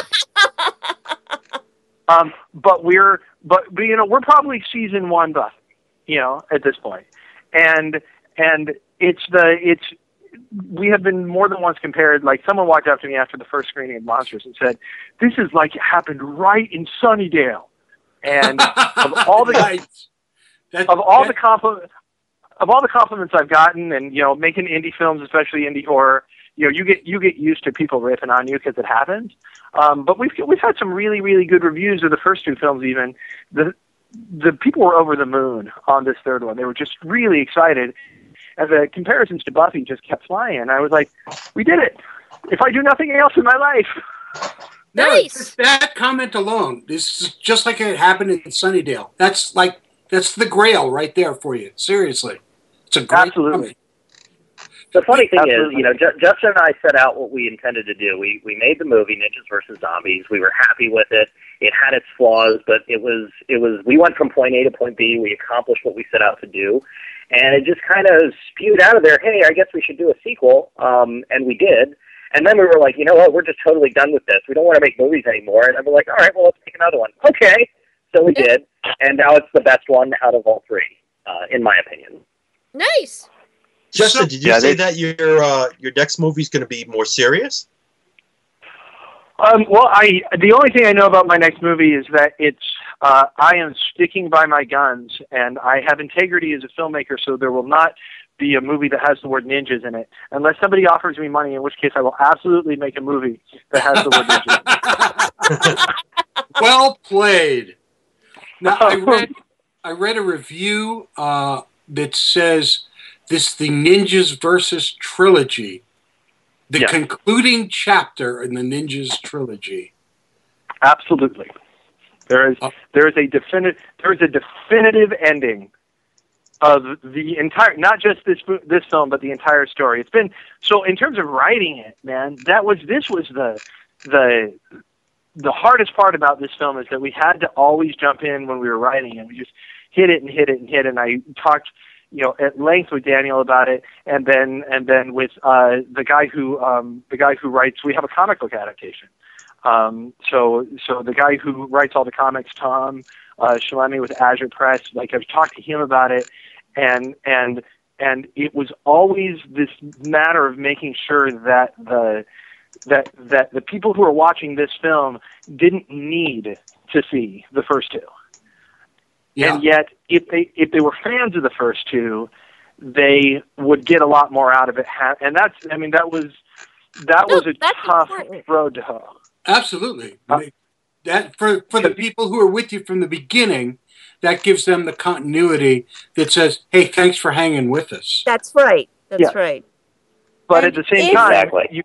[SPEAKER 12] um, but we're but but, you know we're probably season one Buffy, you know at this point, and and it's the it's we have been more than once compared like someone walked up to me after the first screening of monsters and said this is like it happened right in sunnydale and of
[SPEAKER 8] [laughs]
[SPEAKER 12] all the of all the compliment of all the compliments i've gotten and you know making indie films especially indie horror you know you get you get used to people ripping on you because it happens. Um, but we've we've had some really really good reviews of the first two films. Even the the people were over the moon on this third one. They were just really excited, and the comparisons to Buffy just kept flying. I was like, we did it. If I do nothing else in my life.
[SPEAKER 8] Nice. that comment alone is just like it happened in Sunnydale. That's like that's the grail right there for you. Seriously, it's a great comment.
[SPEAKER 13] The funny thing is, you know, Ju- Justin and I set out what we intended to do. We we made the movie Ninjas versus Zombies. We were happy with it. It had its flaws, but it was it was we went from point A to point B. We accomplished what we set out to do, and it just kind of spewed out of there. Hey, I guess we should do a sequel, um, and we did. And then we were like, you know what? We're just totally done with this. We don't want to make movies anymore. And then we're like, all right, well, let's make another one. Okay, so we did, and now it's the best one out of all three, uh, in my opinion.
[SPEAKER 11] Nice.
[SPEAKER 3] Justin, did you
[SPEAKER 12] Yeah,
[SPEAKER 3] say
[SPEAKER 12] they-
[SPEAKER 3] that your uh, your next movie's going to be more serious?
[SPEAKER 12] Um, well, I the only thing I know about my next movie is that it's uh, I am sticking by my guns, and I have integrity as a filmmaker, so there will not be a movie that has the word ninjas in it, unless somebody offers me money, in which case I will absolutely make a movie that has the word ninja.
[SPEAKER 8] [laughs] well played. Now
[SPEAKER 12] [laughs]
[SPEAKER 8] I read I read a review uh, that says this the Ninjas versus trilogy, the concluding chapter in the Ninjas trilogy.
[SPEAKER 12] Absolutely, there is there is a definite there is a definitive ending of the entire not just this mo- this film but the entire story. It's been so in terms of writing it, man. That was this was the the the hardest part about this film is that we had to always jump in when we were writing and we just hit it and hit it and hit it and I talked you know at length with Daniel about it and then and then with uh the guy who um the guy who writes we have a comic book adaptation um so so the guy who writes all the comics Tom uh Shalemi with Azure Press like I've talked to him about it and and and it was always this matter of making sure that the that that the people who are watching this film didn't need to see the first two. And yet if they if they were fans of the first two, they would get a lot more out of it. Ha- And that's I mean that was that was a tough road to hoe.
[SPEAKER 8] Absolutely. that for for the people who are with you from the beginning, that gives them the continuity that says, "Hey, thanks for hanging with us."
[SPEAKER 11] That's right. That's
[SPEAKER 12] Yeah.
[SPEAKER 11] right.
[SPEAKER 12] But at the same
[SPEAKER 11] if-
[SPEAKER 12] time,
[SPEAKER 11] Exactly.
[SPEAKER 12] you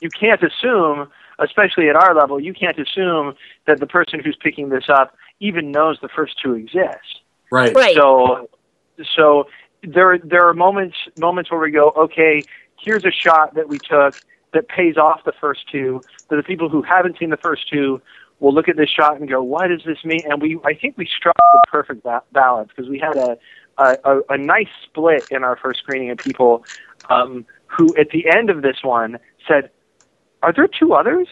[SPEAKER 12] you can't assume, especially at our level, you can't assume that the person who's picking this up even knows the first two exist.
[SPEAKER 8] Right.
[SPEAKER 12] So so there there are moments moments where we go, okay, here's a shot that we took that pays off the first two. That the people who haven't seen the first two will look at this shot and go, what does this mean? And we I think we struck the perfect ba- balance because we had a, a a a nice split in our first screening of people um, who at the end of this one said, are there two others?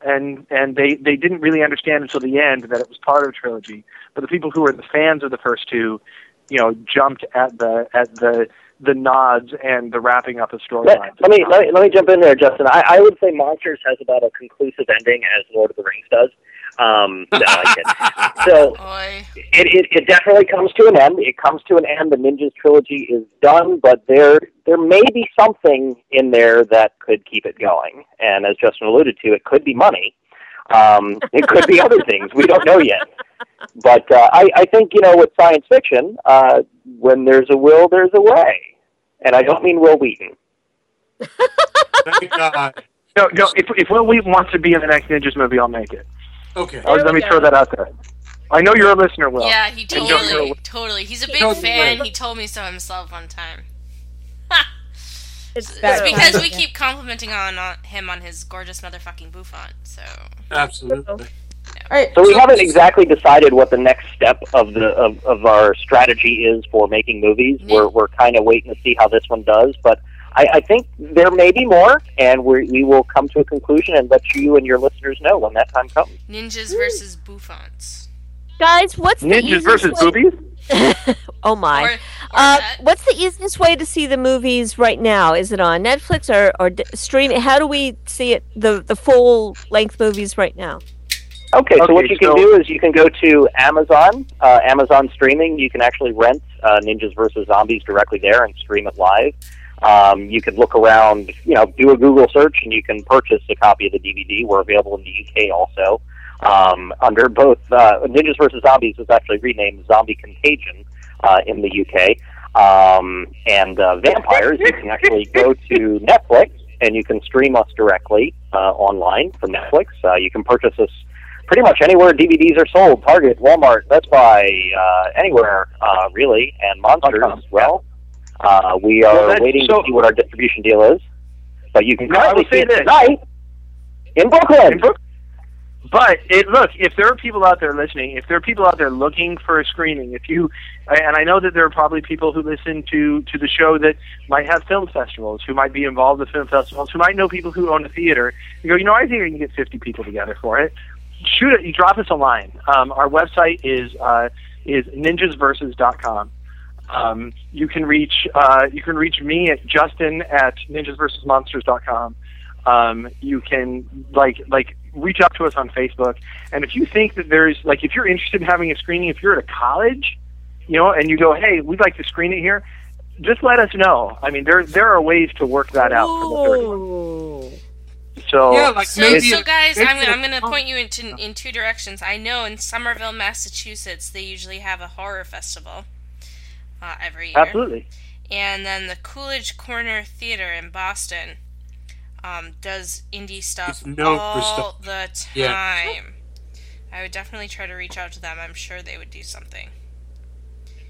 [SPEAKER 12] and and they they didn't really understand until the end that it was part of a trilogy. But the people who were the fans of the first two, you know, jumped at the at the the nods and the wrapping up of
[SPEAKER 13] Let,
[SPEAKER 12] storylines.
[SPEAKER 13] let me, let me let me jump in there, Justin. I, I would say Monsters has about a conclusive ending as Lord of the Rings does. Um, no, I kid. So it, it it definitely comes to an end. It comes to an end. The Ninjas trilogy is done, but there there may be something in there that could keep it going. And as Justin alluded to, it could be money. Um, it could be other things. We don't know yet. But uh, I, I think you know with science fiction, uh, when there's a will, there's a way. And I don't mean Will Wheaton.
[SPEAKER 12] No, no. If if Will Wheaton wants to be in the next Ninjas movie, I'll make it.
[SPEAKER 8] Okay.
[SPEAKER 12] I'll- let me throw that out there. I know you're a listener, Will.
[SPEAKER 9] yeah, he
[SPEAKER 12] And Justin
[SPEAKER 9] totally,
[SPEAKER 12] will.
[SPEAKER 9] totally. He's a big
[SPEAKER 12] Totally.
[SPEAKER 9] fan. He told me so himself one time.
[SPEAKER 11] It's,
[SPEAKER 9] It's because we
[SPEAKER 11] Yeah.
[SPEAKER 9] keep complimenting on, on him on his gorgeous motherfucking bouffant. So
[SPEAKER 8] Absolutely.
[SPEAKER 13] So we haven't exactly decided what the next step of the of, of our strategy is for making movies. We're we're kind of waiting to see how this one does, but I, I think there may be more, and we we will come to a conclusion and let you and your listeners know when that time comes.
[SPEAKER 9] ninjas versus bouffants.
[SPEAKER 11] Guys, what's the easiest way- Oh my! uh, what's the easiest way to see the movies right now? Is it on Netflix or or d- stream? How do we see it? The the full length movies right now.
[SPEAKER 13] Okay, so what you can do is you can go to Amazon, uh, Amazon streaming. You can actually rent uh, Ninjas vs Zombies directly there and stream it live.
[SPEAKER 17] Um, you could look around, you know, do a Google search, and you can purchase a copy of the DVD. We're available in the UK also um, under both uh, Ninjas vs Zombies was actually renamed Zombie Contagion uh, in the UK, um, and uh, Vampires. you can actually go to Netflix and you can stream us directly uh, online from Netflix. Uh, you can purchase us pretty much anywhere DVDs are sold: Target, Walmart, Best Buy, uh, anywhere uh, really, and Monsters as well. Uh, we
[SPEAKER 18] Well,
[SPEAKER 17] are
[SPEAKER 18] that's-
[SPEAKER 17] waiting
[SPEAKER 18] so-
[SPEAKER 17] to see what our distribution deal is, but you can
[SPEAKER 18] No, I
[SPEAKER 17] currently
[SPEAKER 18] will say
[SPEAKER 17] see it
[SPEAKER 18] this.
[SPEAKER 17] tonight in Brooklyn. In Brooklyn.
[SPEAKER 12] But it, look, if there are people out there listening, if there are people out there looking for a screening, if you, and I know that there are probably people who listen to to the show that might have film festivals, who might be involved with film festivals, who might know people who own a theater, you go, you know, I think I can get fifty people together for it. Shoot it, you drop us a line. Um, our website is uh, is ninjasversus.com. Um, you can reach uh, you can reach me at Justin at ninjasversusmonsters.com. Um, you can like like reach out to us on Facebook. And if you think that there's like if you're interested in having a screening, if you're at a college, you know, and you go, hey, we'd like to screen it here, just let us know. I mean, there there are ways to work that out. From the third. So
[SPEAKER 9] so, so guys, I'm, I'm going to point you into in two directions. I know in Somerville, Massachusetts, they usually have a horror festival uh, every year.
[SPEAKER 12] absolutely.
[SPEAKER 9] And then the Coolidge Corner Theater in Boston um, does indie stuff
[SPEAKER 8] It's known for
[SPEAKER 9] all
[SPEAKER 8] stuff.
[SPEAKER 9] the time.
[SPEAKER 8] Yeah.
[SPEAKER 9] I would definitely try to reach out to them. I'm sure they would do something.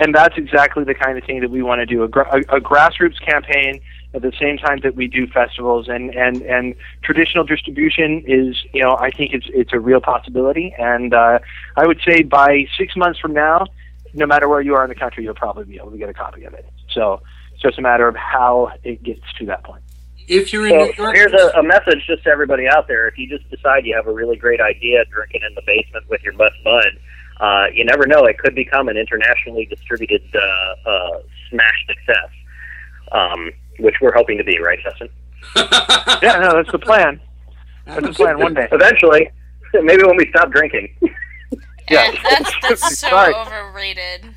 [SPEAKER 12] And that's exactly the kind of thing that we want to do a, gra- a, a grassroots campaign at the same time that we do festivals and, and, and traditional distribution is you know I think it's it's a real possibility and uh, I would say by six months from now no matter where you are in the country you'll probably be able to get a copy of it so it's just a matter of how it gets to that point
[SPEAKER 8] If you're in
[SPEAKER 17] So
[SPEAKER 8] New York,
[SPEAKER 17] here's a, a message just to everybody out there. If you just decide you have a really great idea drinking in the basement with your best bud, uh, you never know. It could become an internationally distributed uh, uh, smash success, um, which we're hoping to be, right, Justin?
[SPEAKER 12] [laughs] yeah no that's the plan that's the plan one day
[SPEAKER 17] Eventually. Maybe when we stop drinking.
[SPEAKER 12] yeah
[SPEAKER 9] That's,
[SPEAKER 8] [laughs]
[SPEAKER 9] that's so
[SPEAKER 12] Sorry.
[SPEAKER 9] overrated.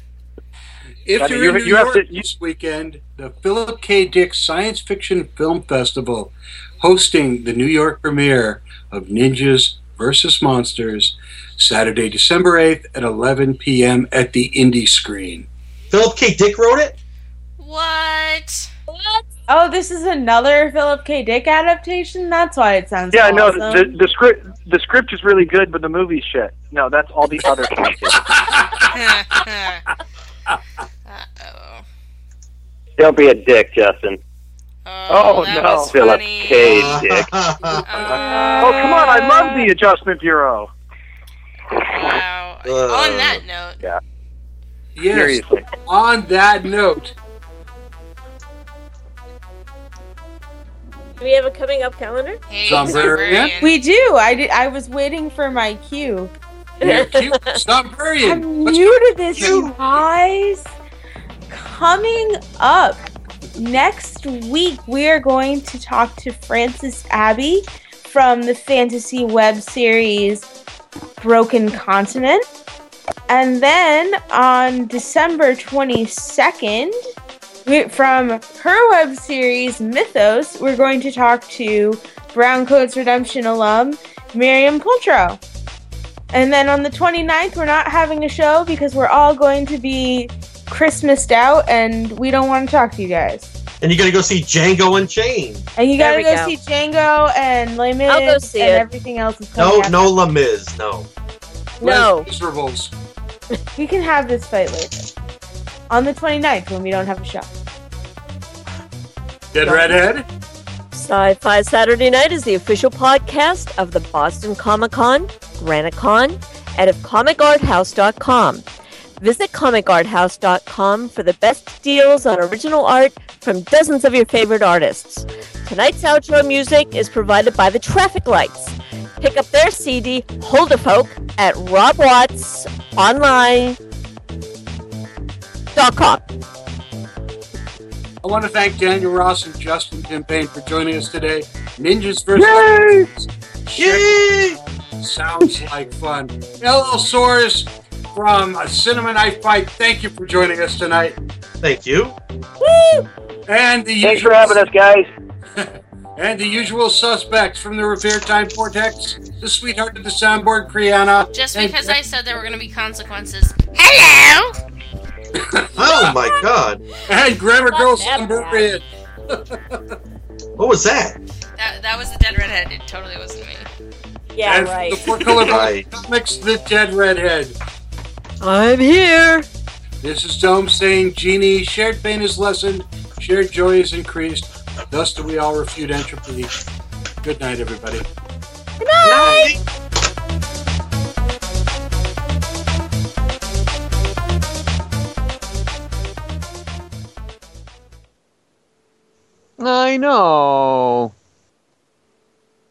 [SPEAKER 8] If
[SPEAKER 12] I mean,
[SPEAKER 8] you're
[SPEAKER 12] you-
[SPEAKER 8] in New
[SPEAKER 12] you have
[SPEAKER 8] York this weekend, the Philip K. Dick Science Fiction Film Festival, hosting the New York premiere of Ninjas versus Monsters, Saturday, December eighth at eleven p.m. at the Indie Screen.
[SPEAKER 3] Philip K. Dick wrote it.
[SPEAKER 9] What?
[SPEAKER 10] Oh, this is another Philip K. Dick adaptation. That's why it sounds.
[SPEAKER 12] yeah no
[SPEAKER 10] awesome.
[SPEAKER 12] the, the script the script is really good but the movie's shit no that's all the other
[SPEAKER 17] [laughs] Don't be a dick, Justin.
[SPEAKER 12] Oh, no.
[SPEAKER 17] Philip K.
[SPEAKER 3] [laughs]
[SPEAKER 17] Dick.
[SPEAKER 12] oh, come on. I love the Adjustment Bureau.
[SPEAKER 9] On that note,
[SPEAKER 17] yeah.
[SPEAKER 8] Yes.
[SPEAKER 12] Seriously.
[SPEAKER 8] On that note,
[SPEAKER 11] Do we have a coming up calendar?
[SPEAKER 9] Hey,
[SPEAKER 8] Zombrarian.
[SPEAKER 10] We do. I did. I was waiting for my cue.
[SPEAKER 8] You're cute. Zombrarian.
[SPEAKER 10] I'm new to this, you guys. Coming up next week, we are going to talk to Frances Abbey from the fantasy web series Broken Continent. And then on December 22nd, we, from her web series Mythos, we're going to talk to Brown Coats Redemption alum Miriam Pultro. And then on the 29th, we're not having a show because we're all going to be Christmased out and we don't want to talk to you guys.
[SPEAKER 3] And you're gonna go see Django Unchained.
[SPEAKER 10] And you
[SPEAKER 3] There
[SPEAKER 10] gotta go,
[SPEAKER 3] we go.
[SPEAKER 10] see Django and Les Mis
[SPEAKER 11] I'll go see
[SPEAKER 10] and
[SPEAKER 11] it.
[SPEAKER 10] everything else is coming
[SPEAKER 3] No,
[SPEAKER 10] up.
[SPEAKER 3] no, La Miz, no.
[SPEAKER 11] No.
[SPEAKER 8] Miserables.
[SPEAKER 10] We can have this fight later. On the 29th when we don't have a show.
[SPEAKER 8] Dead Redhead.
[SPEAKER 11] Sci Fi Saturday Night is the official podcast of the Boston Comic Con, GraniteCon, and of ComicArtHouse.com. Visit ComicArtHouse.com for the best deals on original art from dozens of your favorite artists. Tonight's outro music is provided by the Traffic Lights. Pick up their CD, Hold of Hope, at RobWattsOnline.com.
[SPEAKER 8] I want to thank Daniel Ross and Justin Pimpain for joining us today. Ninjas versus Yay! Sounds like fun. LL Soares from Cinema Knife Fight, thank you for joining us tonight.
[SPEAKER 3] Thank you.
[SPEAKER 11] Woo!
[SPEAKER 8] And the
[SPEAKER 12] Thanks
[SPEAKER 8] usual
[SPEAKER 12] for having us, guys.
[SPEAKER 8] and the usual suspects from the Revere Time Vortex, the sweetheart of the soundboard, Kriana.
[SPEAKER 9] Just
[SPEAKER 8] and-
[SPEAKER 9] because I said there were going to be consequences. Hello!
[SPEAKER 3] Oh my god.
[SPEAKER 8] And Grammar Girls on Brookridge.
[SPEAKER 3] What was that?
[SPEAKER 9] That, that was the dead redhead. It totally wasn't me.
[SPEAKER 11] Yeah,
[SPEAKER 8] and
[SPEAKER 11] right.
[SPEAKER 8] The four color
[SPEAKER 3] Right.
[SPEAKER 8] comics, the dead redhead.
[SPEAKER 11] I'm here.
[SPEAKER 8] This is Dome saying, Genie, shared pain is lessened, shared joy is increased. Thus do we all refute entropy. Good night, everybody.
[SPEAKER 11] Good night.
[SPEAKER 19] I know.